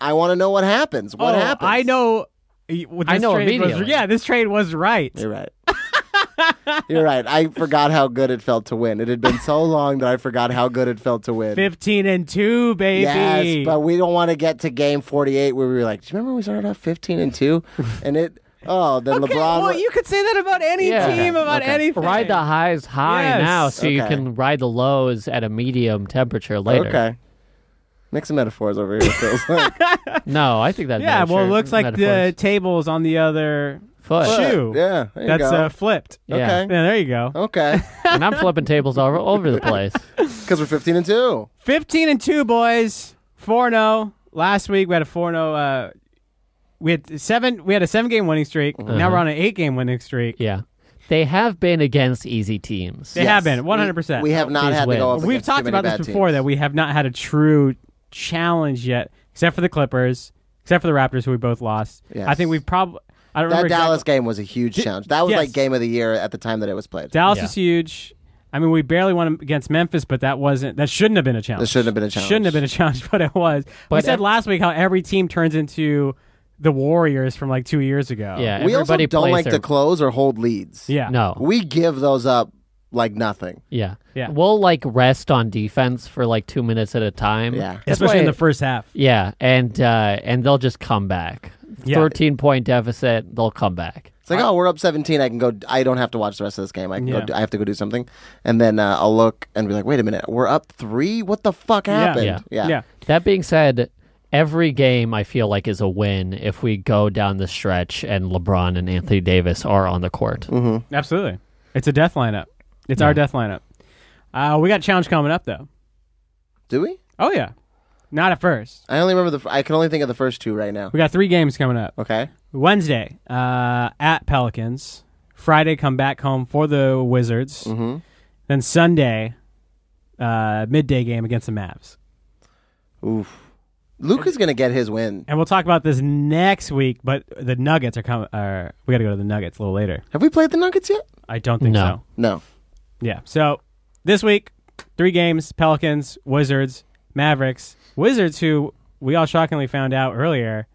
S3: I want to know what happens. What
S1: oh,
S3: happens?
S1: I know. y- well,
S2: I
S1: this
S2: know
S1: trade was-
S2: immediately.
S1: yeah, this trade was right.
S3: You're right. You're right. I forgot how good it felt to win. It had been so long that I forgot how good it felt to win.
S1: Fifteen and two, baby.
S3: Yes, but we don't want to get to game 48 where we were like, do you remember we started off 15 and 2? And it, oh, then
S1: okay,
S3: LeBron.
S1: well, you could say that about any
S2: Yeah.
S1: team,
S3: Okay,
S1: about
S3: okay.
S1: anything.
S2: Ride the highs high
S1: Yes.
S2: now, so you
S3: Okay.
S2: can ride the lows at a medium temperature later.
S3: okay. Mixing metaphors over here. it feels like.
S2: No, I think that.
S1: Yeah, well, it looks like the
S2: metaphors.
S1: tables on the other
S2: foot.
S1: Foot. Shoe.
S3: Yeah. There you
S1: that's
S3: go. Oh.
S1: uh, flipped.
S2: Yeah,
S3: Okay.
S1: Yeah, there you go.
S3: okay.
S2: and I'm flipping tables all over the place.
S3: Because we're 15 and 2.
S1: 15 and 2, boys. 4 0. Last week we had a 4 0. Uh, we had seven. We had a seven-game winning streak.
S3: Uh-huh.
S1: Now we're on an eight-game winning streak.
S2: Yeah, they have been against easy teams.
S1: They have been 100. percent
S3: We have not
S2: Please
S3: had
S2: win.
S3: to go up
S1: We've
S3: against too
S1: talked
S3: many
S1: about
S3: bad
S1: this before
S3: teams.
S1: that we have not had a true challenge yet, except for the Clippers, except for the Raptors, who we both lost.
S3: Yes.
S1: I think we've probably. I don't
S3: That
S1: remember exactly-
S3: Dallas game was a huge challenge. That was
S1: yes.
S3: like game of the year at the time that it was played.
S1: Dallas
S2: Yeah.
S1: is huge. I mean, we barely won against Memphis, but that wasn't that shouldn't have been a challenge.
S3: That shouldn't have been a challenge.
S1: Shouldn't have been a challenge, but it was. we
S2: But
S1: said
S2: ev-
S1: last week how every team turns into the Warriors from like two years ago.
S2: Yeah,
S3: we also
S2: everybody
S3: don't
S2: plays
S3: like
S2: their-
S3: to close or hold leads.
S1: yeah.
S2: No.
S3: We give those up like nothing.
S2: yeah.
S1: Yeah.
S2: We'll like rest on defense for like two minutes at a time.
S3: Yeah.
S2: That's
S1: especially in
S2: why-
S1: the first half.
S2: Yeah. And uh and they'll just come back.
S1: Yeah.
S2: Thirteen point deficit, they'll come back.
S3: It's like, oh, we're up 17. I can go. I don't have to watch the rest of this game. I can
S1: Yeah.
S3: go. do- I have to go do something, and then uh, I'll look and be like, wait a minute, we're up three. What the fuck happened?
S2: Yeah.
S1: Yeah.
S2: That being said, every game I feel like is a win if we go down the stretch and LeBron and Anthony Davis are on the court.
S3: Mm.
S1: absolutely. It's a death lineup. It's our death lineup. Uh, we got a challenge coming up though.
S3: Do we?
S1: Oh yeah, not at first.
S3: I only remember the. f- I can only think of the first two right now.
S1: We got three games coming up.
S3: Okay.
S1: Wednesday uh, at Pelicans. Friday, come back home for the Wizards.
S3: Mm-hmm.
S1: Then Sunday, uh, midday game against the Mavs.
S3: Oof. Luke is gonna get his win.
S1: And we'll talk about this next week, but the Nuggets are coming. Are, we got to go to the Nuggets a little later.
S3: Have we played the Nuggets yet?
S1: I don't think
S2: No.
S3: No.
S1: so. Yeah. So this week, three games Pelicans, Wizards, Mavericks. Wizards, who we all shockingly found out earlier,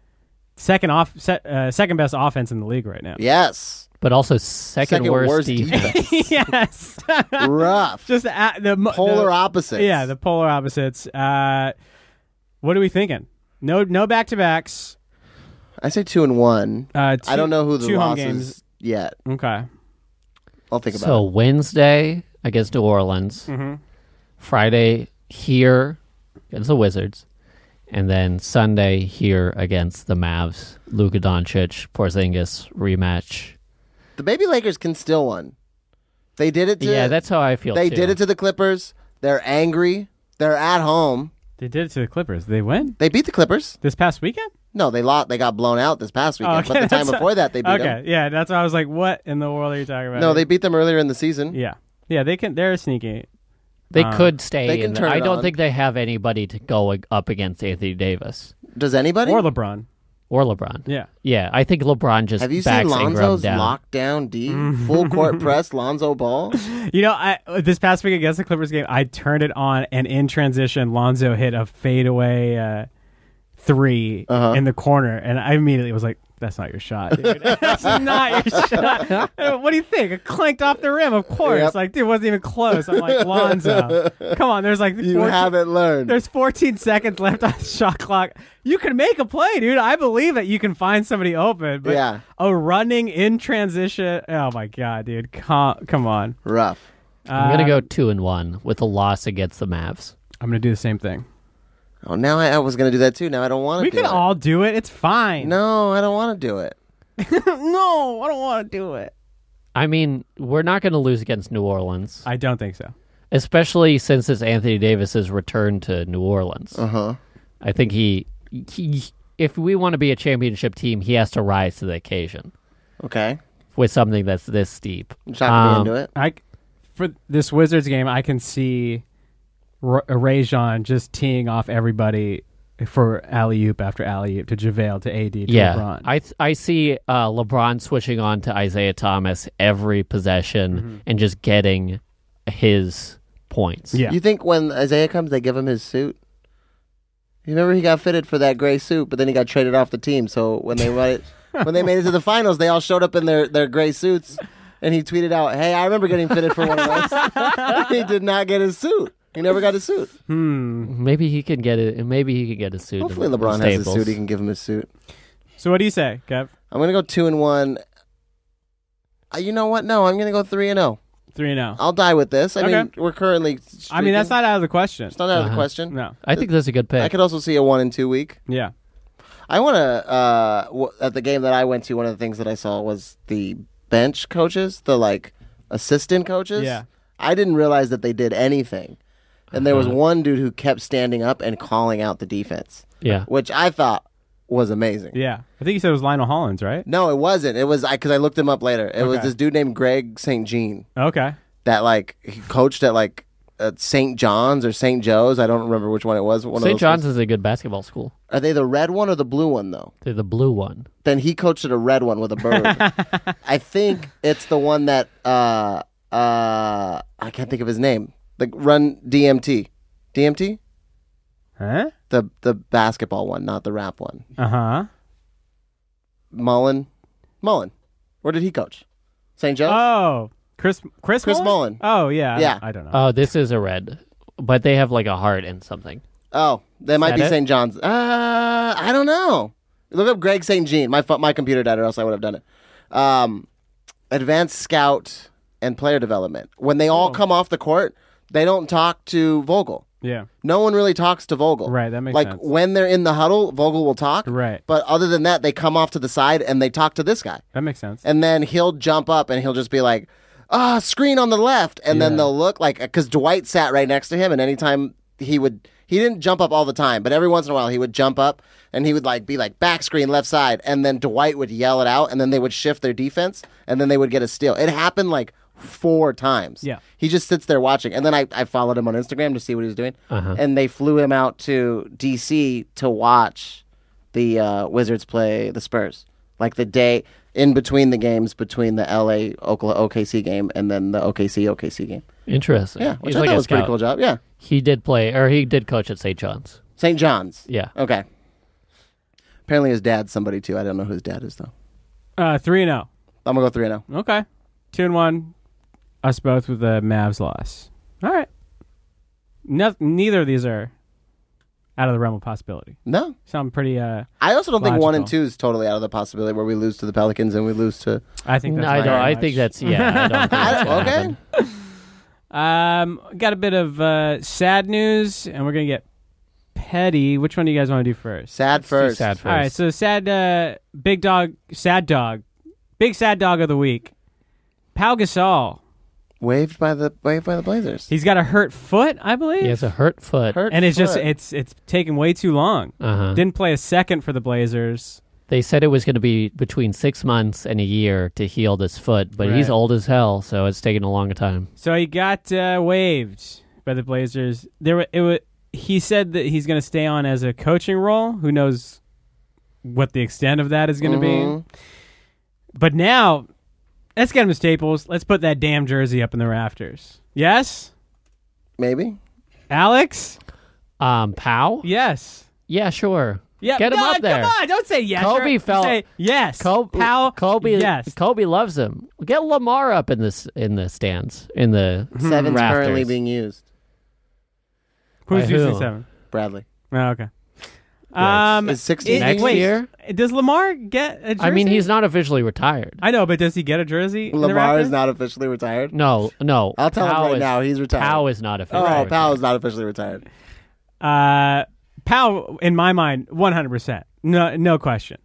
S1: second off, se- uh, second best offense in the league right now.
S3: Yes.
S2: But also second,
S3: Second
S2: worst,
S3: worst
S2: defense.
S3: defense.
S1: yes.
S3: Rough.
S1: Just at the mo-
S3: Polar
S1: the-
S3: opposites.
S1: Yeah, the polar opposites. Uh, What are we thinking? No, no back to backs.
S3: I say two and one.
S1: Uh, two-
S3: I don't know who the
S1: two home
S3: loss
S1: games.
S3: is yet.
S1: Okay.
S3: I'll think about Mm-hmm.
S2: So Wednesday against New Orleans, Friday here against the Wizards, and then Sunday here against the Mavs. Luka Doncic, Porzingis rematch.
S3: it. The baby Lakers can steal one. They did it to
S2: yeah, that's how I feel.
S3: they
S2: too.
S3: did it to the Clippers. They're angry. They're at home.
S1: They did it to the Clippers. They win
S3: They beat the Clippers.
S1: this past weekend.
S3: No, they lost. They got blown out this past weekend.
S1: Oh, okay,
S3: but the time
S1: that's-
S3: before that, they beat
S1: okay,
S3: them.
S1: yeah, that's why I was like, "What in the world are you talking about?"
S3: No, they beat them earlier in the season.
S1: yeah, yeah, they can. They're sneaky.
S2: They
S1: Uh,
S2: could stay.
S3: they can
S2: in the-
S3: turn
S2: I
S3: it
S2: don't
S3: on.
S2: think they have anybody to go ag- up against Anthony Davis
S3: Does anybody?
S1: Or LeBron.
S2: or LeBron.
S1: Yeah.
S2: Yeah, I think LeBron just
S3: Have you seen
S2: backs Ingram
S3: Lonzo's
S2: down.
S3: lockdown D?
S1: Mm.
S3: Full court press, Lonzo ball.
S1: You know, I uh, this past week against the Clippers game, I turned it on, and in transition, Lonzo hit a fadeaway uh, 3
S3: Uh-huh.
S1: in the corner, and I immediately was like, "That's not your shot. Dude. That's not your shot." Uh, what do you think? It clanked off the rim, of course.
S3: Yep.
S1: Like, dude, it wasn't even close. I'm like, Lonzo, come on. There's like
S3: You
S1: 14
S3: haven't learned.
S1: There's 14 seconds left on the shot clock. You can make a play, dude. I believe that you can find somebody open. But
S3: Yeah.
S1: a running in transition. Oh my god, dude. Come, come on. Uh,
S3: Rough.
S2: I'm gonna go two and one with a loss against the Mavs.
S1: I'm gonna do the same thing.
S3: Oh, now I, I was gonna do that too. Now I don't want to.
S1: We
S3: do
S1: can
S3: it.
S1: all do it. It's fine.
S3: No, I don't want to do it.
S1: no, I don't want to do it.
S2: I mean, we're not going to lose against New Orleans,
S1: I don't think so.
S2: especially since it's Anthony Davis's return to New Orleans.
S3: Uh huh.
S2: I think he, he, if we want to be a championship team, he has to rise to the occasion
S3: Okay.
S2: with something that's this steep.
S3: Shock me
S2: Um,
S3: into it.
S1: I for this Wizards game, I can see R- Rajon just teeing off everybody for alley oop after alley oop to JaVale to AD to
S2: Yeah,
S1: LeBron.
S2: I th- I see uh, LeBron switching on to Isaiah Thomas every possession
S3: Mm-hmm.
S2: and just getting his points.
S1: yeah.
S3: You think when Isaiah comes, they give him his suit? You remember he got fitted for that gray suit, but then he got traded off the team. So when they made it, when they made it to the finals, they all showed up in their, their gray suits, and he tweeted out, "Hey, I remember getting fitted for one of those." he did not get his suit. He never got his suit.
S1: Hmm.
S2: Maybe he can get it. Maybe he can get a suit.
S3: Hopefully,
S2: in the
S3: LeBron has his
S2: Staples.
S3: suit. He can give him his suit.
S1: So what do you say, Kev?
S3: I'm gonna go two and one. Uh, you know what? No, I'm gonna go three and zero.
S1: Three and zero.
S3: I'll die with this. I mean,
S1: Okay.
S3: we're currently.
S1: I mean, that's
S3: streaking.
S1: not out of the question.
S3: It's not out of the
S2: Uh-huh.
S3: question.
S1: No.
S2: I think that's a good pick.
S3: I could also see a one and two week.
S1: Yeah.
S3: I want to uh, w- at the game that I went to. One of the things that I saw was the bench coaches, the like assistant coaches.
S1: Yeah.
S3: I didn't realize that they did anything, and there was
S2: Uh-huh.
S3: one dude who kept standing up and calling out the defense,
S2: yeah.
S3: which I thought was amazing.
S1: Yeah. I think you said it was Lionel Hollins, right?
S3: No, it wasn't. It was I because I looked him up later. It was
S1: Okay.
S3: this dude named Greg St. Jean
S1: Okay.
S3: that like he coached at like at St. John's or St. Joe's. I don't remember which one it was. but One of
S2: St.
S3: those
S2: John's
S3: ones.
S2: is a good basketball school.
S3: Are they the red one or the blue one though?
S2: They're the blue one.
S3: then he coached at a red one with a bird. I think it's the one that uh uh I can't think of his name. The run DMT. DMT?
S1: Huh?
S3: The the basketball one, not the rap one.
S1: Uh huh.
S3: Mullen. Mullen. Where did he coach? St. Joe?
S1: Oh, Chris. Chris.
S3: Chris
S1: Mullen?
S3: Mullen.
S1: Oh yeah. I-
S3: Yeah.
S1: I don't know.
S2: Oh, this is a red, but they have like a heart and something.
S3: oh, that
S2: that
S3: might be
S2: it?
S3: St. John's. Uh I don't know. Look up Greg St. Jean. My fu- my computer died or else I would have done it. Um advanced scout and player development. When they
S1: Oh.
S3: all come off the court, they don't talk to Vogel.
S1: yeah.
S3: No one really talks to Vogel.
S1: Right, that makes
S3: like
S1: sense.
S3: when they're in the huddle, Vogel will talk.
S1: Right.
S3: But other than that, they come off to the side and they talk to this guy,
S1: That makes sense.
S3: and then he'll jump up and he'll just be like, "Ah, screen on the left," and then
S1: Yeah.
S3: they'll look like because Dwight sat right next to him, and anytime he would. He didn't jump up all the time, but every once in a while he would jump up and he would like be like back screen left side, and then Dwight would yell it out, and then they would shift their defense, and then they would get a steal. It happened like four times.
S1: Yeah.
S3: He just sits there watching. And then I, I followed him on Instagram to see what he was doing.
S2: Uh-huh.
S3: And they flew him out to DC to watch the uh, Wizards play the Spurs. Like the day in between the games between the LA Oklahoma OKC game and then the OKC OKC game.
S2: Interesting.
S3: Yeah, which
S2: He's
S3: I
S2: like
S3: thought
S2: a
S3: was a pretty
S2: scout.
S3: cool job. Yeah.
S2: He did play, or he did coach at St. John's.
S3: St. John's.
S2: Yeah.
S3: Okay. Apparently his dad's somebody too. I don't know who his dad is though.
S1: Uh, three and zero.
S3: I'm gonna go three and oh. zero.
S1: Okay. Two and one. Us both with the Mavs loss. All right. No, neither of these are out of the realm of possibility.
S3: No,
S1: Sound pretty. Uh,
S3: I also don't think one and
S1: Logical.
S3: two is totally out of the possibility where we lose to the Pelicans and we lose to.
S1: I think. That's
S2: I
S1: very
S2: don't. I
S1: much-
S2: think that's yeah. I don't think
S3: I
S2: that's
S3: don't-
S2: gonna
S3: okay,
S2: happen.
S1: Um, got a bit of uh, sad news, and we're gonna get petty. Which one do you guys want to do first?
S3: sad
S2: It's too
S3: first.
S2: sad
S1: All right,
S2: first.
S1: so sad, uh, big dog, sad dog, big sad dog of the week, Pau Gasol.
S3: Waved by the waved by the Blazers.
S1: He's got a hurt foot, I believe,
S2: He has a hurt foot.
S3: Hurt
S1: and it's just
S3: foot.
S1: it's it's taken way too long.
S2: Uh-huh.
S1: Didn't play a second for the Blazers.
S2: They said it was going to be between six months and a year to heal this foot, but he's
S1: Right.
S2: old as hell, so it's taking a long time.
S1: So he got uh, waived by the Blazers. There, wa- it wa he said that he's going to stay on as a coaching role. Who knows what the extent of that is going to
S3: Mhm.
S1: be?
S2: Mm-hmm.
S1: But now, let's get him to Staples. Let's put that damn jersey up in the rafters. Yes,
S3: maybe.
S1: Alex.
S2: Um, Pow?
S1: Yes.
S2: Yeah, sure.
S1: Yeah.
S2: Get him
S1: No,
S2: up there.
S1: Come on, don't say yes.
S2: Kobe
S1: or-
S2: felt-
S1: say yes.
S2: Kobe,
S1: Powell,
S2: Kobe,
S1: Yes.
S2: Kobe loves him. Get Lamar up in this in the stands in the
S1: Hmm.
S3: Seven's
S2: rafters.
S3: currently being used.
S2: By
S1: Who's
S2: who?
S1: using seven?
S3: Bradley.
S1: Oh, okay. Um,
S3: Is 60
S2: next
S1: wait,
S2: year?
S1: Does Lamar get a jersey?
S2: I mean, he's not officially retired.
S1: I know, but does he get a jersey? in the
S3: Lamar is
S1: Raptors?
S3: not officially retired.
S2: No, no.
S3: I'll tell
S2: Powell
S3: him right
S2: is-
S3: now he's retired.
S2: Powell is not officially.
S3: oh,
S2: retired.
S3: Powell is not officially retired.
S1: Uh, Powell, in my mind, one hundred percent. No, no question.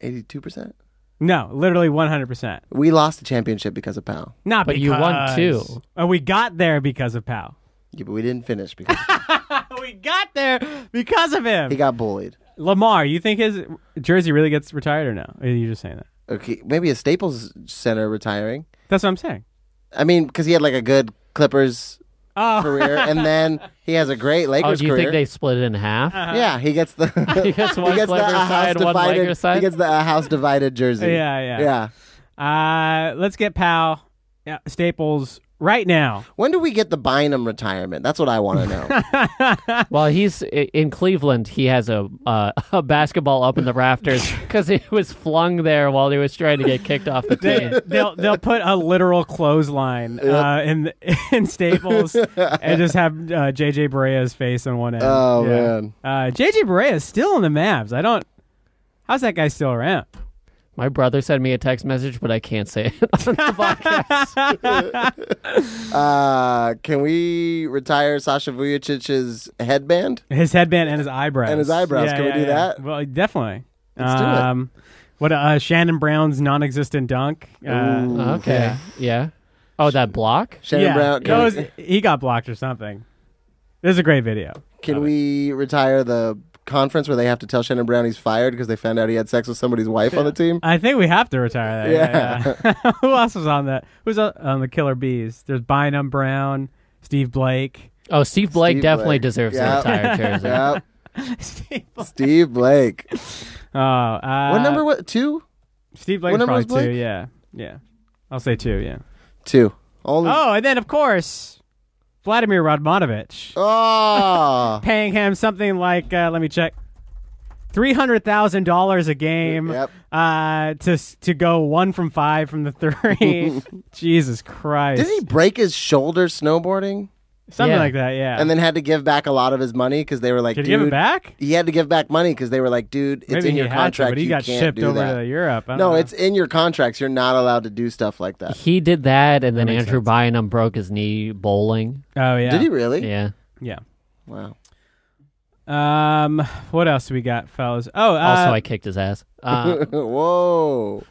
S3: Eighty-two percent.
S1: No, literally one hundred percent.
S3: We lost the championship because of Powell.
S1: Not
S2: But
S1: because
S2: you won two.
S1: Oh, we got there because of Powell.
S3: Yeah, but we didn't finish because
S1: we got there because of him.
S3: he got bullied.
S1: Lamar, you think his jersey really gets retired or no? Or Are you just saying that?
S3: Okay, maybe a Staples Center retiring.
S1: That's what I'm saying.
S3: I mean, because he had like a good Clippers
S1: Oh,
S3: career, and then he has a great
S2: Oh,
S3: Lakers
S2: do you
S3: career.
S2: think they split it in half?
S3: yeah, he gets the
S2: He gets one
S3: the
S2: Clippers
S3: a house
S2: side, one
S3: divided.
S2: Lakers side?
S3: He gets the a house divided jersey.
S1: Yeah, yeah.
S3: yeah.
S1: Uh, let's get Powell, yeah, Staples right now.
S3: When do we get the Bynum retirement? That's what I want to know.
S2: Well, he's i- in Cleveland. He has a uh, a basketball up in the rafters because it was flung there while he was trying to get kicked off the team.
S1: They, they'll they'll put a literal clothesline uh, in in Staples and just have uh, JJ Barea face on one end.
S3: Oh,
S1: Yeah.
S3: man.
S1: uh, JJ Barea is still in the Mavs. I don't. How's that guy still around?
S2: My brother sent me a text message, but I can't say it on the podcast.
S3: uh, can we retire Sasha Vujicic's headband?
S1: His headband and his eyebrows.
S3: And his eyebrows. Can we do that?
S1: Well, definitely.
S3: do it.
S1: um, What uh, Shannon Brown's non-existent dunk? Uh,
S2: okay. Yeah. Oh, that block.
S3: Shannon
S1: yeah.
S3: Brown. Can,
S1: That was-
S3: we,
S1: he got blocked or something. This is a great video.
S3: can we retire the conference where they have to tell Shannon Brown he's fired because they found out he had sex with somebody's wife on the team?
S1: I think we have to retire that. Yeah. yeah. Who else was on that? Who's on- on the Killer Bees? There's Bynum Brown, Steve Blake.
S2: Oh, Steve Blake
S3: Steve
S2: definitely
S3: Blake.
S2: deserves
S3: Yeah.
S2: a retired jersey.
S3: yeah,
S1: Steve Blake.
S3: Steve Blake.
S1: Oh, uh,
S3: What number? What two?
S1: Steve Blake
S3: what
S1: is
S3: number
S1: probably
S3: was
S1: two.
S3: Blake?
S1: Yeah, yeah. I'll say two. Yeah.
S3: Two. Only.
S1: Oh, and then of course, Vladimir Rodmanovich
S3: Oh.
S1: paying him something like uh, let me check, three hundred thousand dollars a game.
S3: Yep.
S1: Uh, to s- to go one from five from the three. Jesus Christ.
S3: Did he break his shoulder snowboarding
S1: Something
S2: Yeah.
S1: like that. Yeah.
S3: and then had to give back a lot of his money because they were like,
S1: Did Uh. he
S3: dude,
S1: give it back?
S3: he had to give back money because they were like, dude, it's
S1: Maybe
S3: in
S1: he
S3: your
S1: had to,
S3: contract.
S1: but he
S3: you
S1: got
S3: can't
S1: shipped
S3: do
S1: over
S3: that.
S1: to Europe. I don't
S3: No,
S1: know.
S3: it's in your contracts. You're not allowed to do stuff like that.
S2: He did that, and then
S1: makes
S2: Andrew Bynum broke his knee bowling.
S1: oh yeah,
S3: Did he really?
S2: Yeah.
S1: yeah.
S3: Wow.
S1: Um, what else do we got, fellas? Oh, uh,
S2: Also, I kicked his ass.
S1: Uh-uh.
S2: Uh,
S3: Whoa.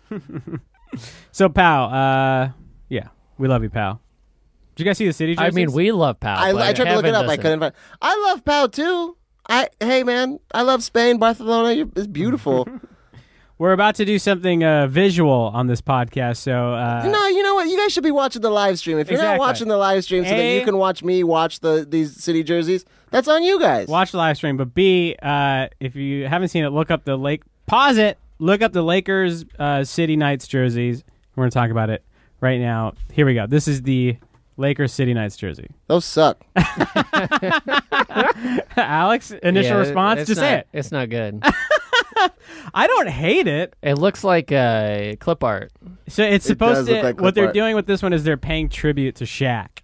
S1: so pal, uh, yeah, we love you, pal. Did you guys see the city?
S2: I
S1: Jerseys?
S2: mean, we love Powell.
S3: I,
S2: but
S3: I tried to look it
S2: Kevin
S3: up. I
S2: doesn't.
S3: couldn't find. I love Pau too. I hey man, I love Spain. Barcelona you- is beautiful.
S1: we're about to do something uh, visual on this podcast, so uh,
S3: no, you know what? You guys should be watching the live stream. If you're
S1: Exactly.
S3: not watching the live stream, so that
S1: A-
S3: you can watch me watch the these city jerseys, that's on you guys.
S1: watch the live stream. But B, uh, if you haven't seen it, look up the lake. Pause it. Look up the Lakers uh, City Knights jerseys. We're going to talk about it right now. Here we go. This is the Lakers City Knights jersey.
S3: Those suck.
S1: Alex, initial
S2: Yeah,
S1: response.
S2: it's
S1: Just
S2: not-
S1: say it.
S2: It's not good.
S1: I don't hate it.
S2: it looks like uh, clip art.
S1: So it's supposed
S3: does look
S1: to.
S3: like clip
S1: what they're
S3: art.
S1: doing with this one is they're paying tribute to Shaq.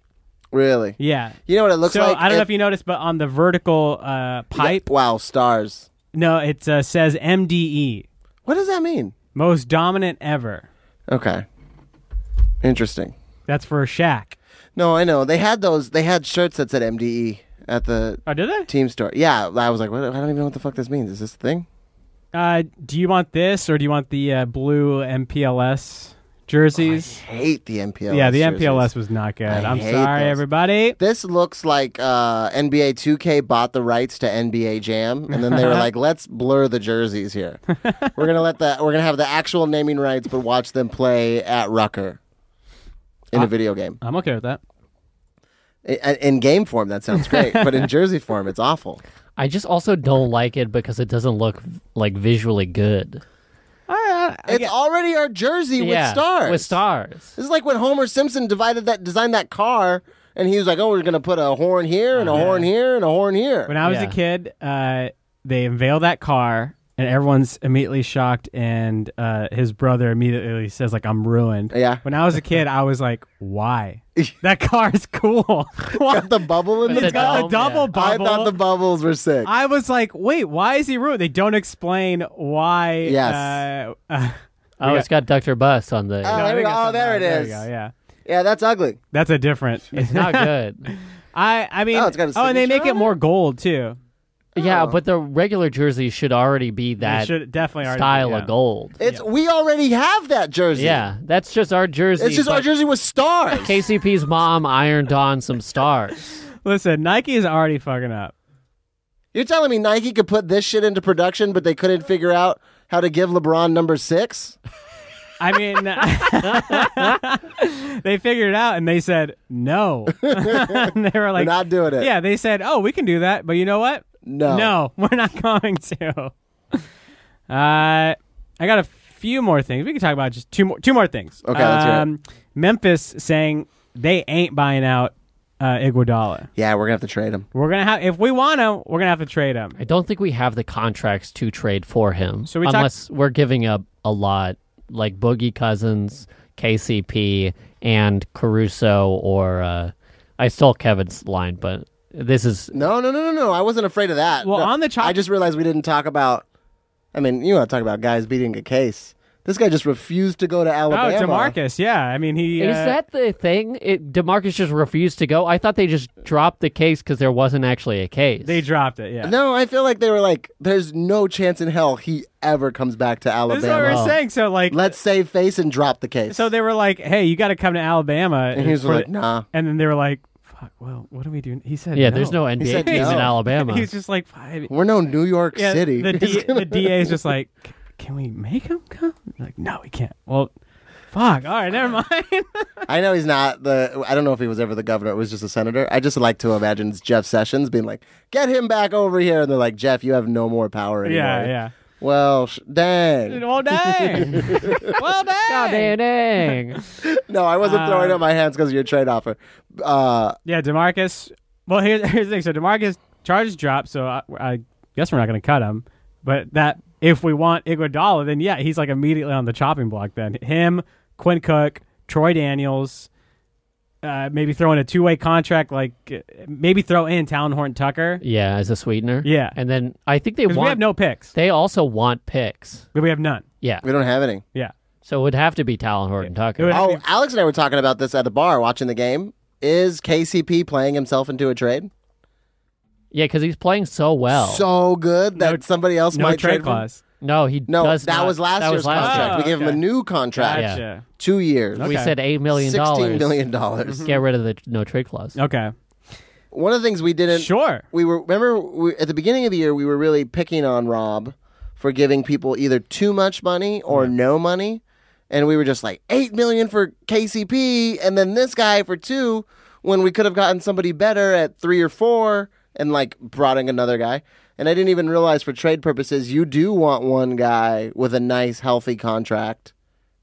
S3: Really?
S1: Yeah.
S3: You know what it looks
S1: so
S3: like?
S1: I don't know
S3: It-
S1: if you noticed, but on the vertical uh, pipe,
S3: Wow, stars.
S1: no, it uh, says MDE,
S3: What does that mean?
S1: most dominant ever.
S3: Okay. Interesting.
S1: That's for Shaq.
S3: No, I know. They had those they had shirts that said MDE at the
S1: Oh, did they?
S3: team store. Yeah, I was like, what, I don't even know what the fuck this means. Is this a thing?
S1: Uh, do you want this or do you want the uh, blue MPLS jerseys?
S3: Oh, Hate the MPLS.
S1: yeah, the
S3: jerseys.
S1: MPLS was not good.
S3: I
S1: I'm
S3: hate
S1: sorry,
S3: those.
S1: everybody.
S3: This looks like uh, NBA 2K bought the rights to NBA Jam, and then they were like, "Let's blur the jerseys here. We're gonna let the we're gonna have the actual naming rights, but watch them play at Rucker in
S1: Uh,
S3: a video game.
S1: I'm okay with that.
S3: In, in game form, that sounds great, but in jersey form, it's awful.
S2: I just also don't like it because it doesn't look like visually good.
S1: I, I, I
S3: It's
S1: get-
S3: already our jersey with stars.
S2: With stars.
S3: This is like when Homer Simpson divided that designed that car, and he was like, "Oh, we're gonna put a horn here and a horn here and a horn here."
S1: when I was
S2: Yeah.
S1: a kid, uh, they unveil that car and everyone's immediately shocked, and uh, his brother immediately says, "Like I'm ruined."
S3: Yeah.
S1: When I was a kid, I was like, "Why? that car is cool. Why-
S3: the bubble in
S1: It's
S3: the,
S2: the
S1: got
S2: dome,
S1: a double
S2: yeah.
S3: I
S1: bubble."
S3: thought the bubbles were sick.
S1: I was like, wait, why is he ruined? They don't explain why.
S3: Yes.
S1: Uh, uh,
S2: Oh, it's got Dr. Bus on the.
S3: Oh,
S1: I
S3: there we
S1: think
S3: go.
S1: that's
S3: Oh,
S1: on
S3: there it
S1: There
S3: is.
S1: you go. Yeah.
S3: Yeah, that's ugly.
S1: That's a different.
S2: It's not good.
S1: I I mean,
S3: Oh,
S1: oh,
S3: it's got a
S1: and they
S3: signature
S1: make it
S3: on
S1: more gold too.
S3: Oh.
S2: yeah, but the regular jersey should already be
S1: It
S2: that
S1: should definitely already-
S2: style
S1: yeah.
S2: of gold.
S3: It's we already have that jersey.
S2: Yeah, that's just our jersey.
S3: it's just our
S2: but
S3: jersey with stars.
S2: KCP's mom ironed on some stars.
S1: Listen, Nike is already fucking up.
S3: You're telling me Nike could put this shit into production, but they couldn't figure out how to give LeBron number six?
S1: I mean, they figured it out and they said no. they were
S3: We're
S1: like,
S3: not doing it.
S1: yeah, they said, oh, we can do that, but you know what?
S3: No.
S1: No, we're not going to. Uh, I got a few more things. We can talk about just two more two more things. Um,
S3: Okay, let's hear it.
S1: Memphis saying they ain't buying out uh, Iguodala.
S3: Yeah, we're gonna have to trade him.
S1: We're gonna have if we want him, we're gonna have to trade him.
S2: I don't think we have the contracts to trade for him.
S1: So we talked-
S2: unless we're giving up a lot, like Boogie Cousins, KCP, and Caruso, or uh, I stole Kevin's line, but this is
S3: No, no, no, no, no. I wasn't afraid of that.
S1: Well,
S3: No.
S1: on the chop-
S3: I just realized we didn't talk about. I mean, you want to talk about guys beating a case? This guy just refused to go to
S1: Oh,
S3: Alabama.
S1: Demarcus, yeah. I mean, he
S2: Is
S1: uh,
S2: that the thing? It, Demarcus just refused to go. I thought they just dropped the case because there wasn't actually a case.
S1: they dropped it. Yeah,
S3: No, I feel like they were like, "There's no chance in hell he ever comes back
S1: this
S3: to
S1: is what we
S3: Alabama."
S1: we're saying. So like,
S3: Let's save face and drop the case.
S1: so they were like, hey, you got to come to Alabama,
S3: and he was
S1: for
S3: like,
S1: the-
S3: "Nah."
S1: and then they were like, fuck. Well, what do we do? He said,
S2: yeah, there's no NBA
S3: said
S2: team
S3: no.
S2: in Alabama.
S1: He's just like, I-
S3: We're no New York
S1: Yeah,
S3: City.
S1: The,
S3: He's
S1: D,
S3: gonna-
S1: the DA is just like, "C- can we make him come? Like, no, we can't. Well, fuck. All right, never mind.
S3: I know he's not the. I don't know if he was ever the governor. It was just a senator. I just like to imagine it's Jeff Sessions being like, "Get him back over here," and they're like, "Jeff, you have no more power anymore."
S1: yeah,
S3: Well, sh-
S1: yeah.
S3: dang.
S1: Well, dang. well, dang.
S2: God dang.
S3: No, I wasn't throwing
S1: Uh,
S3: up my hands because of your trade offer. Uh,
S1: Yeah, Demarcus. Well, here's, here's the thing. So Demarcus charges dropped, so I, I guess we're not going to cut him. But that if we want Iguodala, then yeah, he's like immediately on the chopping block. Then him, Quinn Cook, Troy Daniels. Uh, maybe throw in a two-way contract, like uh, maybe throw in Talonhorn Tucker.
S2: yeah, as a sweetener.
S1: Yeah.
S2: and then I think they
S1: 'Cause
S2: want.
S1: we have no picks.
S2: they also want picks.
S1: We have none.
S2: Yeah,
S3: we don't have any.
S1: Yeah.
S2: so it would have to be Talon Horton
S1: It
S2: Tucker.
S1: would- I
S3: Oh,
S1: mean-
S3: Alex and I were talking about this at the bar watching the game. Is KCP playing himself into a trade?
S2: yeah, because he's playing so well.
S3: So good that somebody else
S1: No
S3: might
S1: trade
S3: trade for him?
S1: clause.
S2: no, he
S3: No,
S2: does.
S3: that
S2: not-
S3: was last
S2: that
S3: year's
S2: was last
S1: contract.
S3: We gave him a
S1: okay.
S3: new contract,
S2: Uh, Yeah.
S1: Gotcha.
S3: two years,
S2: We
S1: Okay.
S2: said eight million
S3: sixteen
S2: dollars.
S3: million dollars.
S1: Mm-hmm.
S2: Get rid of the no trade clause.
S1: Okay.
S3: One of the things we didn't
S1: Sure.
S3: we were remember we, at the beginning of the year we were really picking on Rob for giving people either too much money or no money, and we were just like eight million for KCP, and then this guy for two, when we could have gotten somebody better at three or four, and like brought in another guy. And I didn't even realize for trade purposes you do want one guy with a nice healthy contract,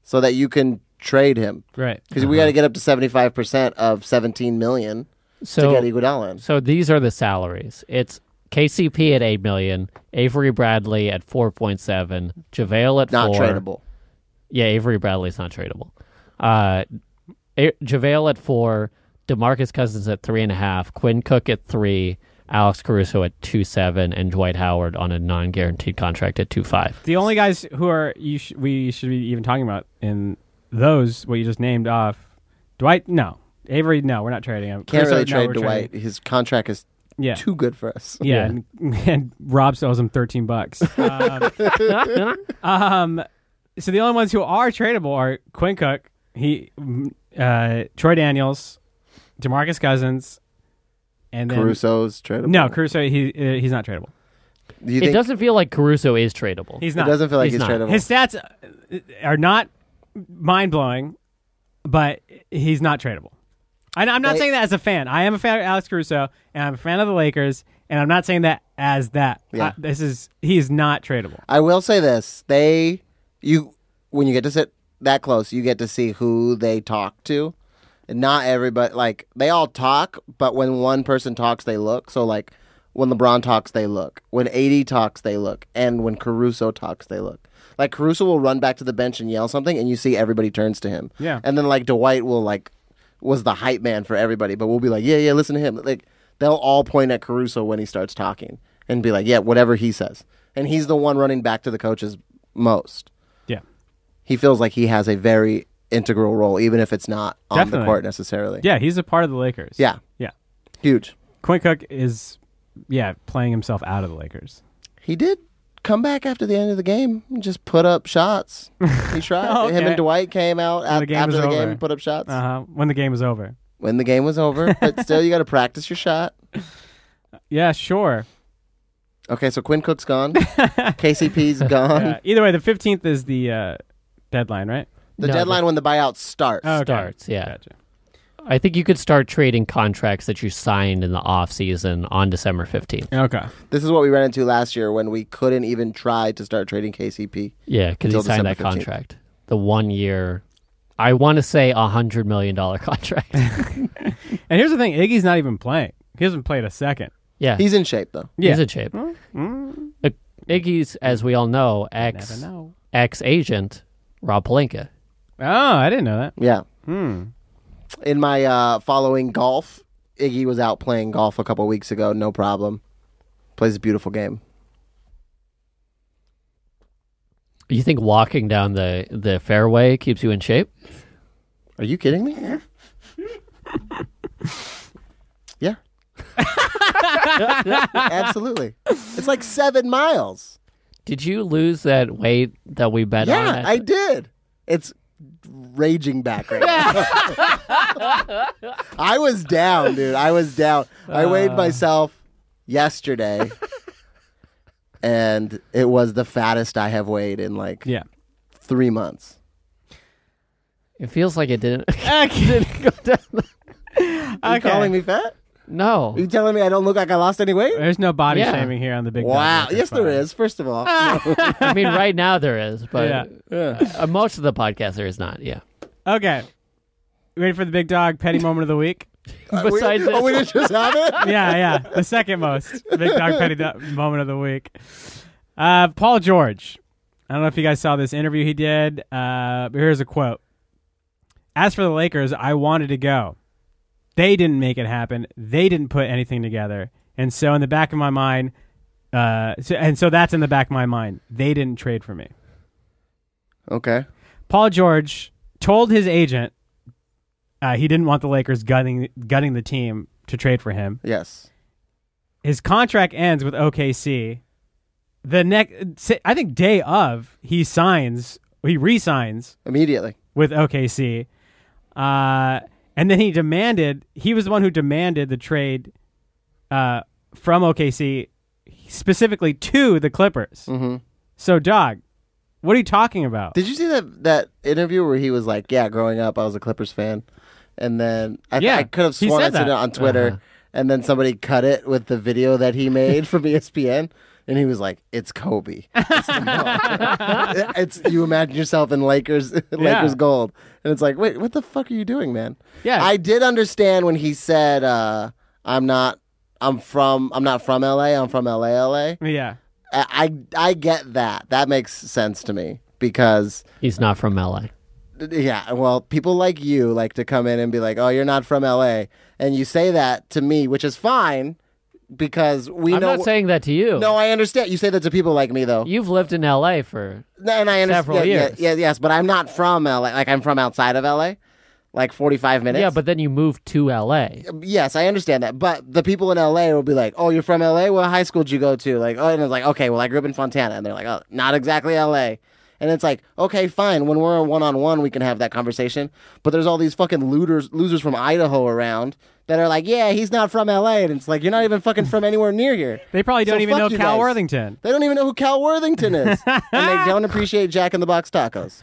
S3: so that you can trade him
S1: Right.
S3: because we got to get up to seventy five percent of seventeen million to
S2: So
S3: get e- Iguodala in.
S2: So these are the salaries. It's KCP at eight million, Avery Bradley at four point seven, JaVale at
S3: Not
S2: four.
S3: tradable.
S2: Yeah, Avery Bradley's not tradable. Uh, A- JaVale at four, Demarcus Cousins at three and a half, Quinn Cook at three, Alex Caruso at two seven, and Dwight Howard on a non-guaranteed contract at two five.
S1: The only guys who are you sh- we should be even talking about in those what you just named off, Dwight. No, Avery. No, we're not trading him.
S3: Can't
S1: Caruso,
S3: really
S1: no,
S3: trade
S1: we're
S3: Dwight.
S1: trading-
S3: His contract is
S1: Yeah,
S3: too good for us.
S1: yeah,
S2: Yeah.
S1: And, and Rob sells him thirteen bucks. Um, um, so the only ones who are tradable are Quinn Cook, he, mm, uh, Troy Daniels, Demarcus Cousins, and then
S3: Caruso's tradable.
S1: no Caruso. He uh, he's not tradable.
S3: Do you
S2: It
S3: think
S2: doesn't feel like Caruso is tradable.
S1: He's
S3: it
S1: not.
S3: doesn't feel like
S2: He's
S3: he's,
S2: not.
S3: tradable?
S1: His stats uh, are not mind blowing, but he's not tradable. And I'm not
S3: They-
S1: saying that as a fan. I am a fan of Alex Caruso, and I'm a fan of the Lakers, and I'm not saying that as that.
S3: Yeah.
S1: I- this is he is not tradable.
S3: I will say this: they, you, when you get to sit that close, you get to see who they talk to. And not everybody, like they all talk, but when one person talks, they look. So like when LeBron talks, they look. When eighty talks, they look. And when Caruso talks, they look. Like Caruso will run back to the bench and yell something, and you see everybody turns to him.
S1: Yeah.
S3: And then like Dwight will like was the hype man for everybody, but we'll be like, yeah, yeah, listen to him. Like they'll all point at Caruso when he starts talking and be like, yeah, whatever he says. And he's the one running back to the coaches most.
S1: Yeah,
S3: He feels like he has a very integral role, even if it's not on the
S1: Definitely.
S3: court necessarily.
S1: yeah, he's a part of the Lakers.
S3: Yeah.
S1: yeah.
S3: Huge.
S1: Quinn Cook is, yeah, playing himself out of the Lakers.
S3: He did come back after the end of the game and just put up shots. He tried.
S1: Okay.
S3: Him and Dwight came out af-
S1: the game
S3: after
S1: was
S3: the game
S1: over.
S3: and put up shots
S1: Uh huh. When the game was over.
S3: when the game was over. But still, you got to practice your shot.
S1: Yeah, sure.
S3: Okay, so Quinn Cook's gone. KCP's gone.
S1: Uh, either way, the 15th is the uh, deadline, right?
S3: The
S2: No,
S3: deadline when the buyout starts.
S1: Oh, okay.
S2: Starts, yeah.
S1: Gotcha.
S2: I think you could start trading contracts that you signed in the off season on December 15th.
S1: Okay.
S3: This is what we ran into last year when we couldn't even try to start trading KCP.
S2: Yeah, because he
S3: Until
S2: signed
S3: December
S2: that
S3: 15th.
S2: contract. The one year, I want to say a $100 million contract.
S1: And here's the thing: Iggy's not even playing. He hasn't played a second.
S2: yeah,
S3: He's in shape though.
S1: Yeah.
S2: he's in shape.
S1: Mm.
S2: Uh, Iggy's, as we all know,
S1: Never
S2: ex
S1: know.
S2: ex agent Rob Palenka.
S1: Oh, I didn't know that.
S3: Yeah.
S1: Hmm.
S3: In my uh, following golf, Iggy was out playing golf a couple weeks ago. No problem. Plays a beautiful game.
S2: You think walking down the, the fairway keeps you in shape?
S3: Are you kidding me? yeah. Absolutely. It's like seven miles.
S2: Did you lose that weight that we bet on?
S3: yeah,
S2: at-
S3: I did. It's raging back right now. I was down, dude. I was down. I
S2: Uh.
S3: weighed myself yesterday, and it was the fattest I have weighed in like
S1: Yeah.
S3: three months.
S2: it feels like it didn't.
S1: Okay.
S3: Are you calling me fat?
S2: no.
S3: Are you telling me I don't look like I lost any weight?
S1: There's no body
S2: Yeah.
S1: shaming here on the big.
S3: Wow.
S1: Dog
S3: Yes, there
S1: Podcast.
S3: is. First of all,
S2: Ah. I mean, right now there is, but
S1: Yeah.
S2: uh, most of the podcast there is not. Yeah.
S1: Okay. You ready for the big dog petty moment of the week?
S2: Besides
S3: we, oh,
S2: this-
S3: we didn't just have it.
S1: Yeah, yeah. The second most big dog petty do- moment of the week. Uh, Paul George. I don't know if you guys saw this interview he did. Uh, but here's a quote. As for the Lakers, I wanted to go. They didn't make it happen. They didn't put anything together. And so in the back of my mind, uh, so, and so that's in the back of my mind. They didn't trade for me.
S3: Okay.
S1: Paul George told his agent uh, he didn't want the Lakers gutting gutting the team to trade for him.
S3: Yes.
S1: His contract ends with OKC. The next, I think, day of he signs, he re-signs
S3: Immediately.
S1: with OKC, uh, and then he demanded. He was the one who demanded the trade uh, from OKC specifically to the Clippers.
S3: hmm
S1: So, dog, what are you talking about?
S3: Did you see that that interview where he was like, "Yeah, growing up, I was a Clippers fan," and then I,
S1: Yeah,
S3: I could have
S1: he
S3: sworn I
S1: said
S3: said it
S1: that. Uh-huh.
S3: on Twitter, and then somebody cut it with the video that he made E from ESPN, and he was like, "It's Kobe." It's, the gold." It's- you imagine yourself in Lakers Lakers gold, and it's like, wait, what the fuck are you doing, man?
S1: Yeah.
S3: I did understand when he said, uh, "I'm not." I'm from. I'm not from LA. I'm from LA. LA.
S1: yeah,
S3: I I I get that. That makes sense to me because
S2: He's not from LA.
S3: Yeah, well, people like you like to come in and be like, "Oh, you're not from LA," and you say that to me, which is fine because we
S2: I'm
S3: know.
S2: not saying that to you.
S3: no, I understand. You say that to people like me, though,
S2: You've lived in LA for
S3: and I understand.
S2: Several
S3: yeah,
S2: years.
S3: Yeah, yeah, yes, but I'm not from LA. Like I'm from outside of LA, like 45 minutes.
S2: Yeah, but then you moved to LA.
S3: yes, I understand that. But the people in LA will be like, "Oh, you're from LA? What high school did you go to?" Like, oh, and it's like, "Okay, well, I grew up in Fontana," and they're like, "Oh, not exactly LA." And it's like, okay, fine. When we're one on one, we can have that conversation. But there's all these fucking looters, losers from Idaho around that are like, yeah, he's not from LA, and it's like, you're not even fucking from anywhere near here.
S1: They probably don't
S3: So
S1: even
S3: fuck
S1: know
S3: you
S1: Cal
S3: guys.
S1: Worthington.
S3: They don't even know who Cal Worthington is, and they don't appreciate Jack in the Box tacos.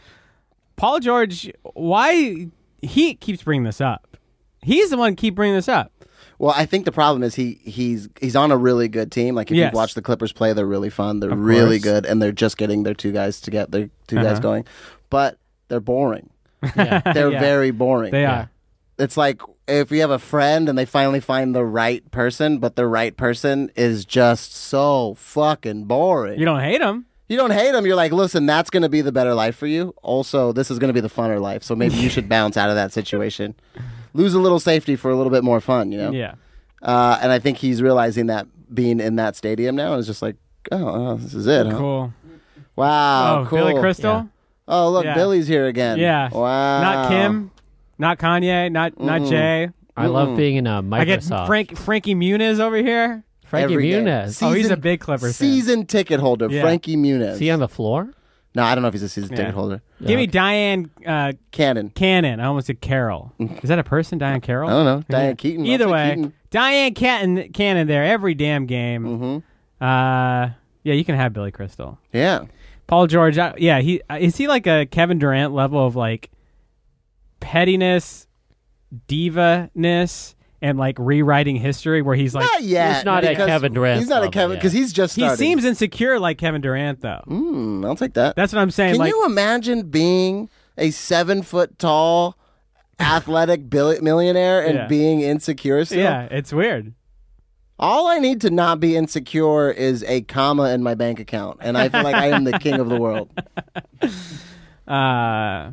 S1: Paul George, why he keeps bringing this up? He's the one keep bringing this up.
S3: Well, I think the problem is he he's he's on a really good team. Like if
S1: Yes.
S3: you watch the Clippers play, they're really fun. They're really
S1: course. Uh-huh.
S3: good, and they're just getting their two guys to get their 2 guys going, but they're boring. They're
S1: Yeah.
S3: very boring.
S1: They
S2: Yeah.
S1: are.
S3: It's like if you have a friend and they finally find the right person, but the right person is just so fucking boring.
S1: You don't hate him.
S3: You don't hate them. You're like, listen, that's going to be the better life for you. Also, this is going to be the funner life. So maybe you should bounce out of that situation. Lose a little safety for a little bit more fun, you know?
S1: Yeah.
S3: Uh, and I think he's realizing that being in that stadium now is just like, oh, oh, this is it. Huh?
S1: Cool.
S3: Wow,
S1: Oh,
S3: cool.
S1: Billy Crystal.
S2: Yeah.
S3: Oh, look,
S1: Yeah.
S3: Billy's here again.
S1: Yeah.
S3: Wow.
S1: Not Kim, not Kanye, not not Jay.
S2: I love being in a Microsoft.
S1: I get Frank Frankie Muniz over here.
S2: Frankie
S3: Every day.
S2: Muniz.
S1: Oh, he's
S3: Season-
S1: a big Clippers fan.
S3: Season ticket holder,
S1: Yeah.
S3: Frankie Muniz.
S2: Is he on the floor?
S3: no, I don't know if he's a season
S1: Yeah.
S3: ticket holder.
S1: Give me Diane uh,
S3: Cannon.
S1: Cannon. I almost said Carol. Is that a person, Diane Carol?
S3: I don't know. Diane Keaton. I'll
S1: Either
S3: take
S1: way,
S3: Keaton.
S1: Diane Cannon, Cannon there every damn game.
S3: Mm-hmm.
S1: Uh, yeah, you can have Billy Crystal.
S3: Yeah.
S1: Paul George, I, yeah, he uh, is he like a Kevin Durant level of like pettiness, diva-ness, and like rewriting history where he's like
S3: Not yet.
S2: He's not at
S3: because
S2: Kevin Durant's
S3: He's not a
S2: level
S3: Kevin
S2: yet.
S3: because he's just
S1: he
S3: starting.
S1: seems insecure like Kevin Durant though.
S3: Hmm, I'll take that.
S1: That's what I'm saying.
S3: Can
S1: like
S3: you imagine being a seven foot tall, athletic billi- millionaire and
S1: Yeah.
S3: being insecure? Still?
S1: yeah, it's weird.
S3: All I need to not be insecure is a comma in my bank account, and I feel like I am the king of the world.
S1: Uh,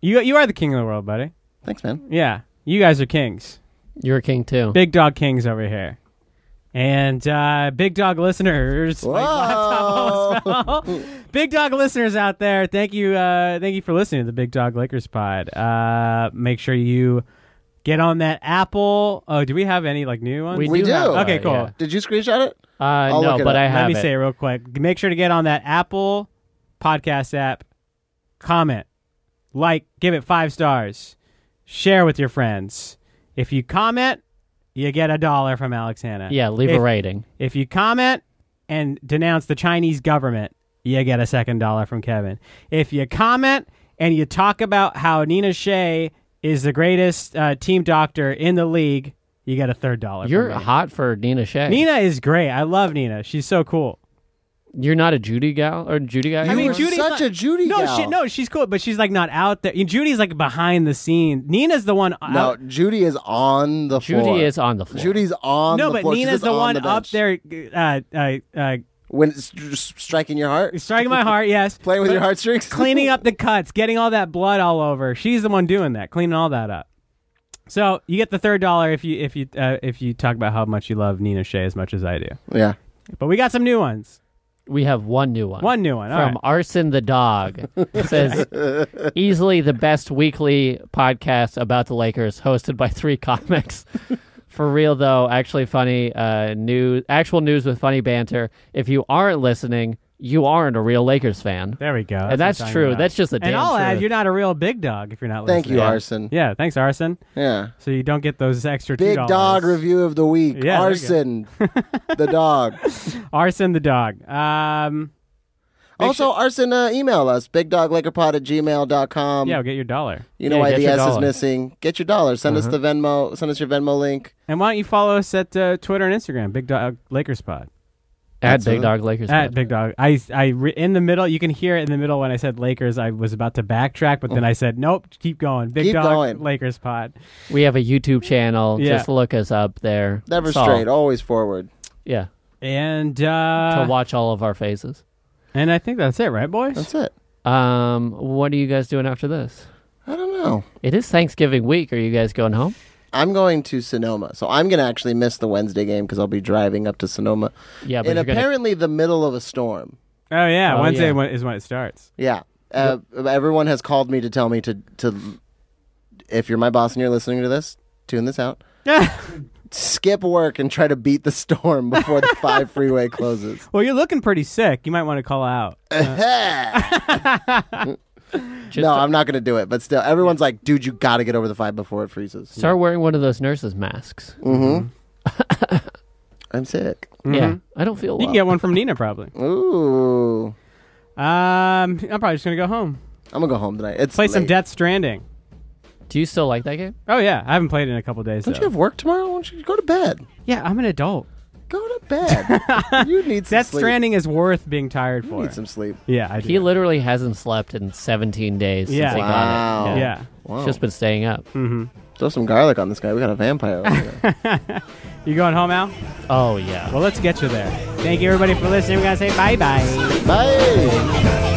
S1: you you are the king of the world, buddy.
S3: Thanks, man.
S1: Yeah, you guys are kings.
S2: You're a king too.
S1: Big Dog Kings over here. And uh, Big Dog listeners, my laptop almost fell. Big Dog listeners out there, thank you, uh, thank you for listening to the Big Dog Lakers pod. Uh, make sure you get on that Apple. Oh, do we have any like new ones?
S3: We do.
S2: Have, uh,
S1: Okay, cool.
S2: yeah.
S3: Did you screenshot it?
S2: Uh,
S3: I'll
S2: no,
S3: look it
S2: but
S3: up.
S2: I
S1: Let
S2: have
S1: me
S2: it.
S1: say it real quick. Make sure to get on that Apple podcast app, comment, like, give it five stars, share with your friends. If you comment, you get a dollar from Alex Hanna.
S2: yeah, leave
S1: if,
S2: a rating.
S1: If you comment and denounce the Chinese government, you get a second dollar from Kevin. If you comment and you talk about how Nina Shea is the greatest uh, team doctor in the league, you get a third dollar.
S2: You're
S1: from me.
S2: hot for Nina Shea.
S1: Nina is great. I love Nina. She's so cool.
S2: You're not a Judy gal or Judy guy.
S3: You
S1: mean,
S3: were
S1: Judy's not-
S3: such a Judy
S1: No,
S3: gal.
S1: she, no, she's cool, but she's like not out there. Judy's like behind the scenes. Nina's the one.
S3: No,
S1: Out,
S3: Judy is on the
S2: Judy
S3: floor.
S2: is on the floor.
S3: Judy's on
S1: no,
S3: the
S1: but
S3: floor. She
S1: Nina's
S3: sits
S1: the
S3: on
S1: one
S3: the
S1: up
S3: bench.
S1: there. Uh, uh, uh,
S3: When it's st- striking your heart,
S1: striking my heart, yes.
S3: playing with
S1: But
S3: your heartstrings,
S1: cleaning up the cuts, getting all that blood all over. She's the one doing that, cleaning all that up. So you get the third dollar if you if you uh, if you talk about how much you love Nina Shea as much as I do.
S3: Yeah.
S1: But we got some new ones.
S2: We have one new one.
S1: One new one. All
S2: from
S1: right.
S2: Arson the Dog says easily the best weekly podcast about the Lakers hosted by three comics. For real though, actually funny uh, news, actual news with funny banter. If you aren't listening, you aren't a real Lakers fan.
S1: There we go.
S2: And
S1: what
S2: that's
S1: I'm talking
S2: true.
S1: about.
S2: That's just the
S1: And
S2: damn
S1: I'll add,
S2: truth.
S1: you're not a real big dog if you're not listening.
S3: Thank you, Arson.
S1: Yeah, thanks, Arson.
S3: Yeah.
S1: So you don't get those extra
S3: Big
S1: $2.
S3: dog review of the week.
S1: Yeah, there you go.
S3: Arson, the dog.
S1: Arson the dog. Um,
S3: also, Arson, uh, email us bigdoglakerpod at gmail.com.
S1: yeah, we'll get your dollar.
S3: you know
S2: Yeah,
S3: why
S2: get
S3: the
S2: your
S3: S is
S2: dollar. Uh-huh.
S3: missing. Get your dollar. Send us the Venmo. Send us your Venmo link.
S1: And why don't you follow us at uh, Twitter and Instagram, Big Dog uh, Lakers Pod.
S2: At Big Dog Lakers.
S1: At
S2: Fan.
S1: Big Dog. I, I re- in the middle. You can hear it in the middle when I said Lakers. I was about to backtrack, but then I said, nope, keep going. Big
S3: Mm. Keep
S1: Dog
S3: going.
S1: Lakers Pod.
S2: we have a YouTube channel.
S1: Yeah.
S2: Just look us up there.
S3: Never
S2: It's all-
S3: straight, always forward.
S2: Yeah.
S1: And
S2: To
S1: uh,
S2: watch all of our faces.
S1: and I think that's it, right, boys?
S3: That's it.
S2: Um, what are you guys doing after this?
S3: Wow.
S2: It is Thanksgiving week. Are you guys going home?
S3: I'm going to Sonoma, so I'm going to actually miss the Wednesday game because I'll be driving up to Sonoma
S2: Yeah, but
S3: in
S2: you're gonna-
S3: apparently the middle of a storm.
S1: Oh yeah,
S2: Oh,
S1: Wednesday
S2: yeah.
S1: when- is when it starts.
S3: Yeah. Uh, Everyone has called me to tell me to to. If you're my boss and you're listening to this, tune this out.
S1: Yeah.
S3: Skip work and try to beat the storm before the five freeway closes.
S1: Well, you're looking pretty sick. You might want to call out.
S2: just
S3: Uh-huh. no, I'm not going to do it. But still, everyone's like, "Dude, you got to get over the five before it freezes." Mm-hmm.
S2: start wearing one of those nurses' masks.
S3: I'm sick.
S2: Yeah, I don't feel.
S1: Mm-hmm. You
S2: Well.
S1: can get one from Nina probably.
S3: Ooh,
S1: Um, I'm probably just gonna go home,
S3: I'm gonna go home tonight. It's
S1: play some
S3: late.
S1: Death Stranding.
S2: Do you still like that game?
S1: Oh yeah, I haven't played it in a couple days.
S3: Don't
S1: though.
S3: you have work tomorrow? Why don't you go to bed?
S1: yeah, I'm an adult.
S3: Go to bed. you need some
S1: Death
S3: sleep.
S1: Stranding is worth being tired
S3: You
S1: for.
S3: need some sleep.
S1: Yeah, I do.
S2: He literally hasn't slept in 17 days
S1: Yeah.
S2: since he got
S3: Wow.
S1: yeah,
S2: it.
S3: Wow.
S2: He's just been staying up.
S3: Throw some garlic on this guy. We got a vampire. Over here.
S1: you going home, Al?
S2: Oh yeah.
S1: Well, let's get you there. Thank you everybody for listening. We're gonna say bye bye.
S3: Bye.
S4: Hey!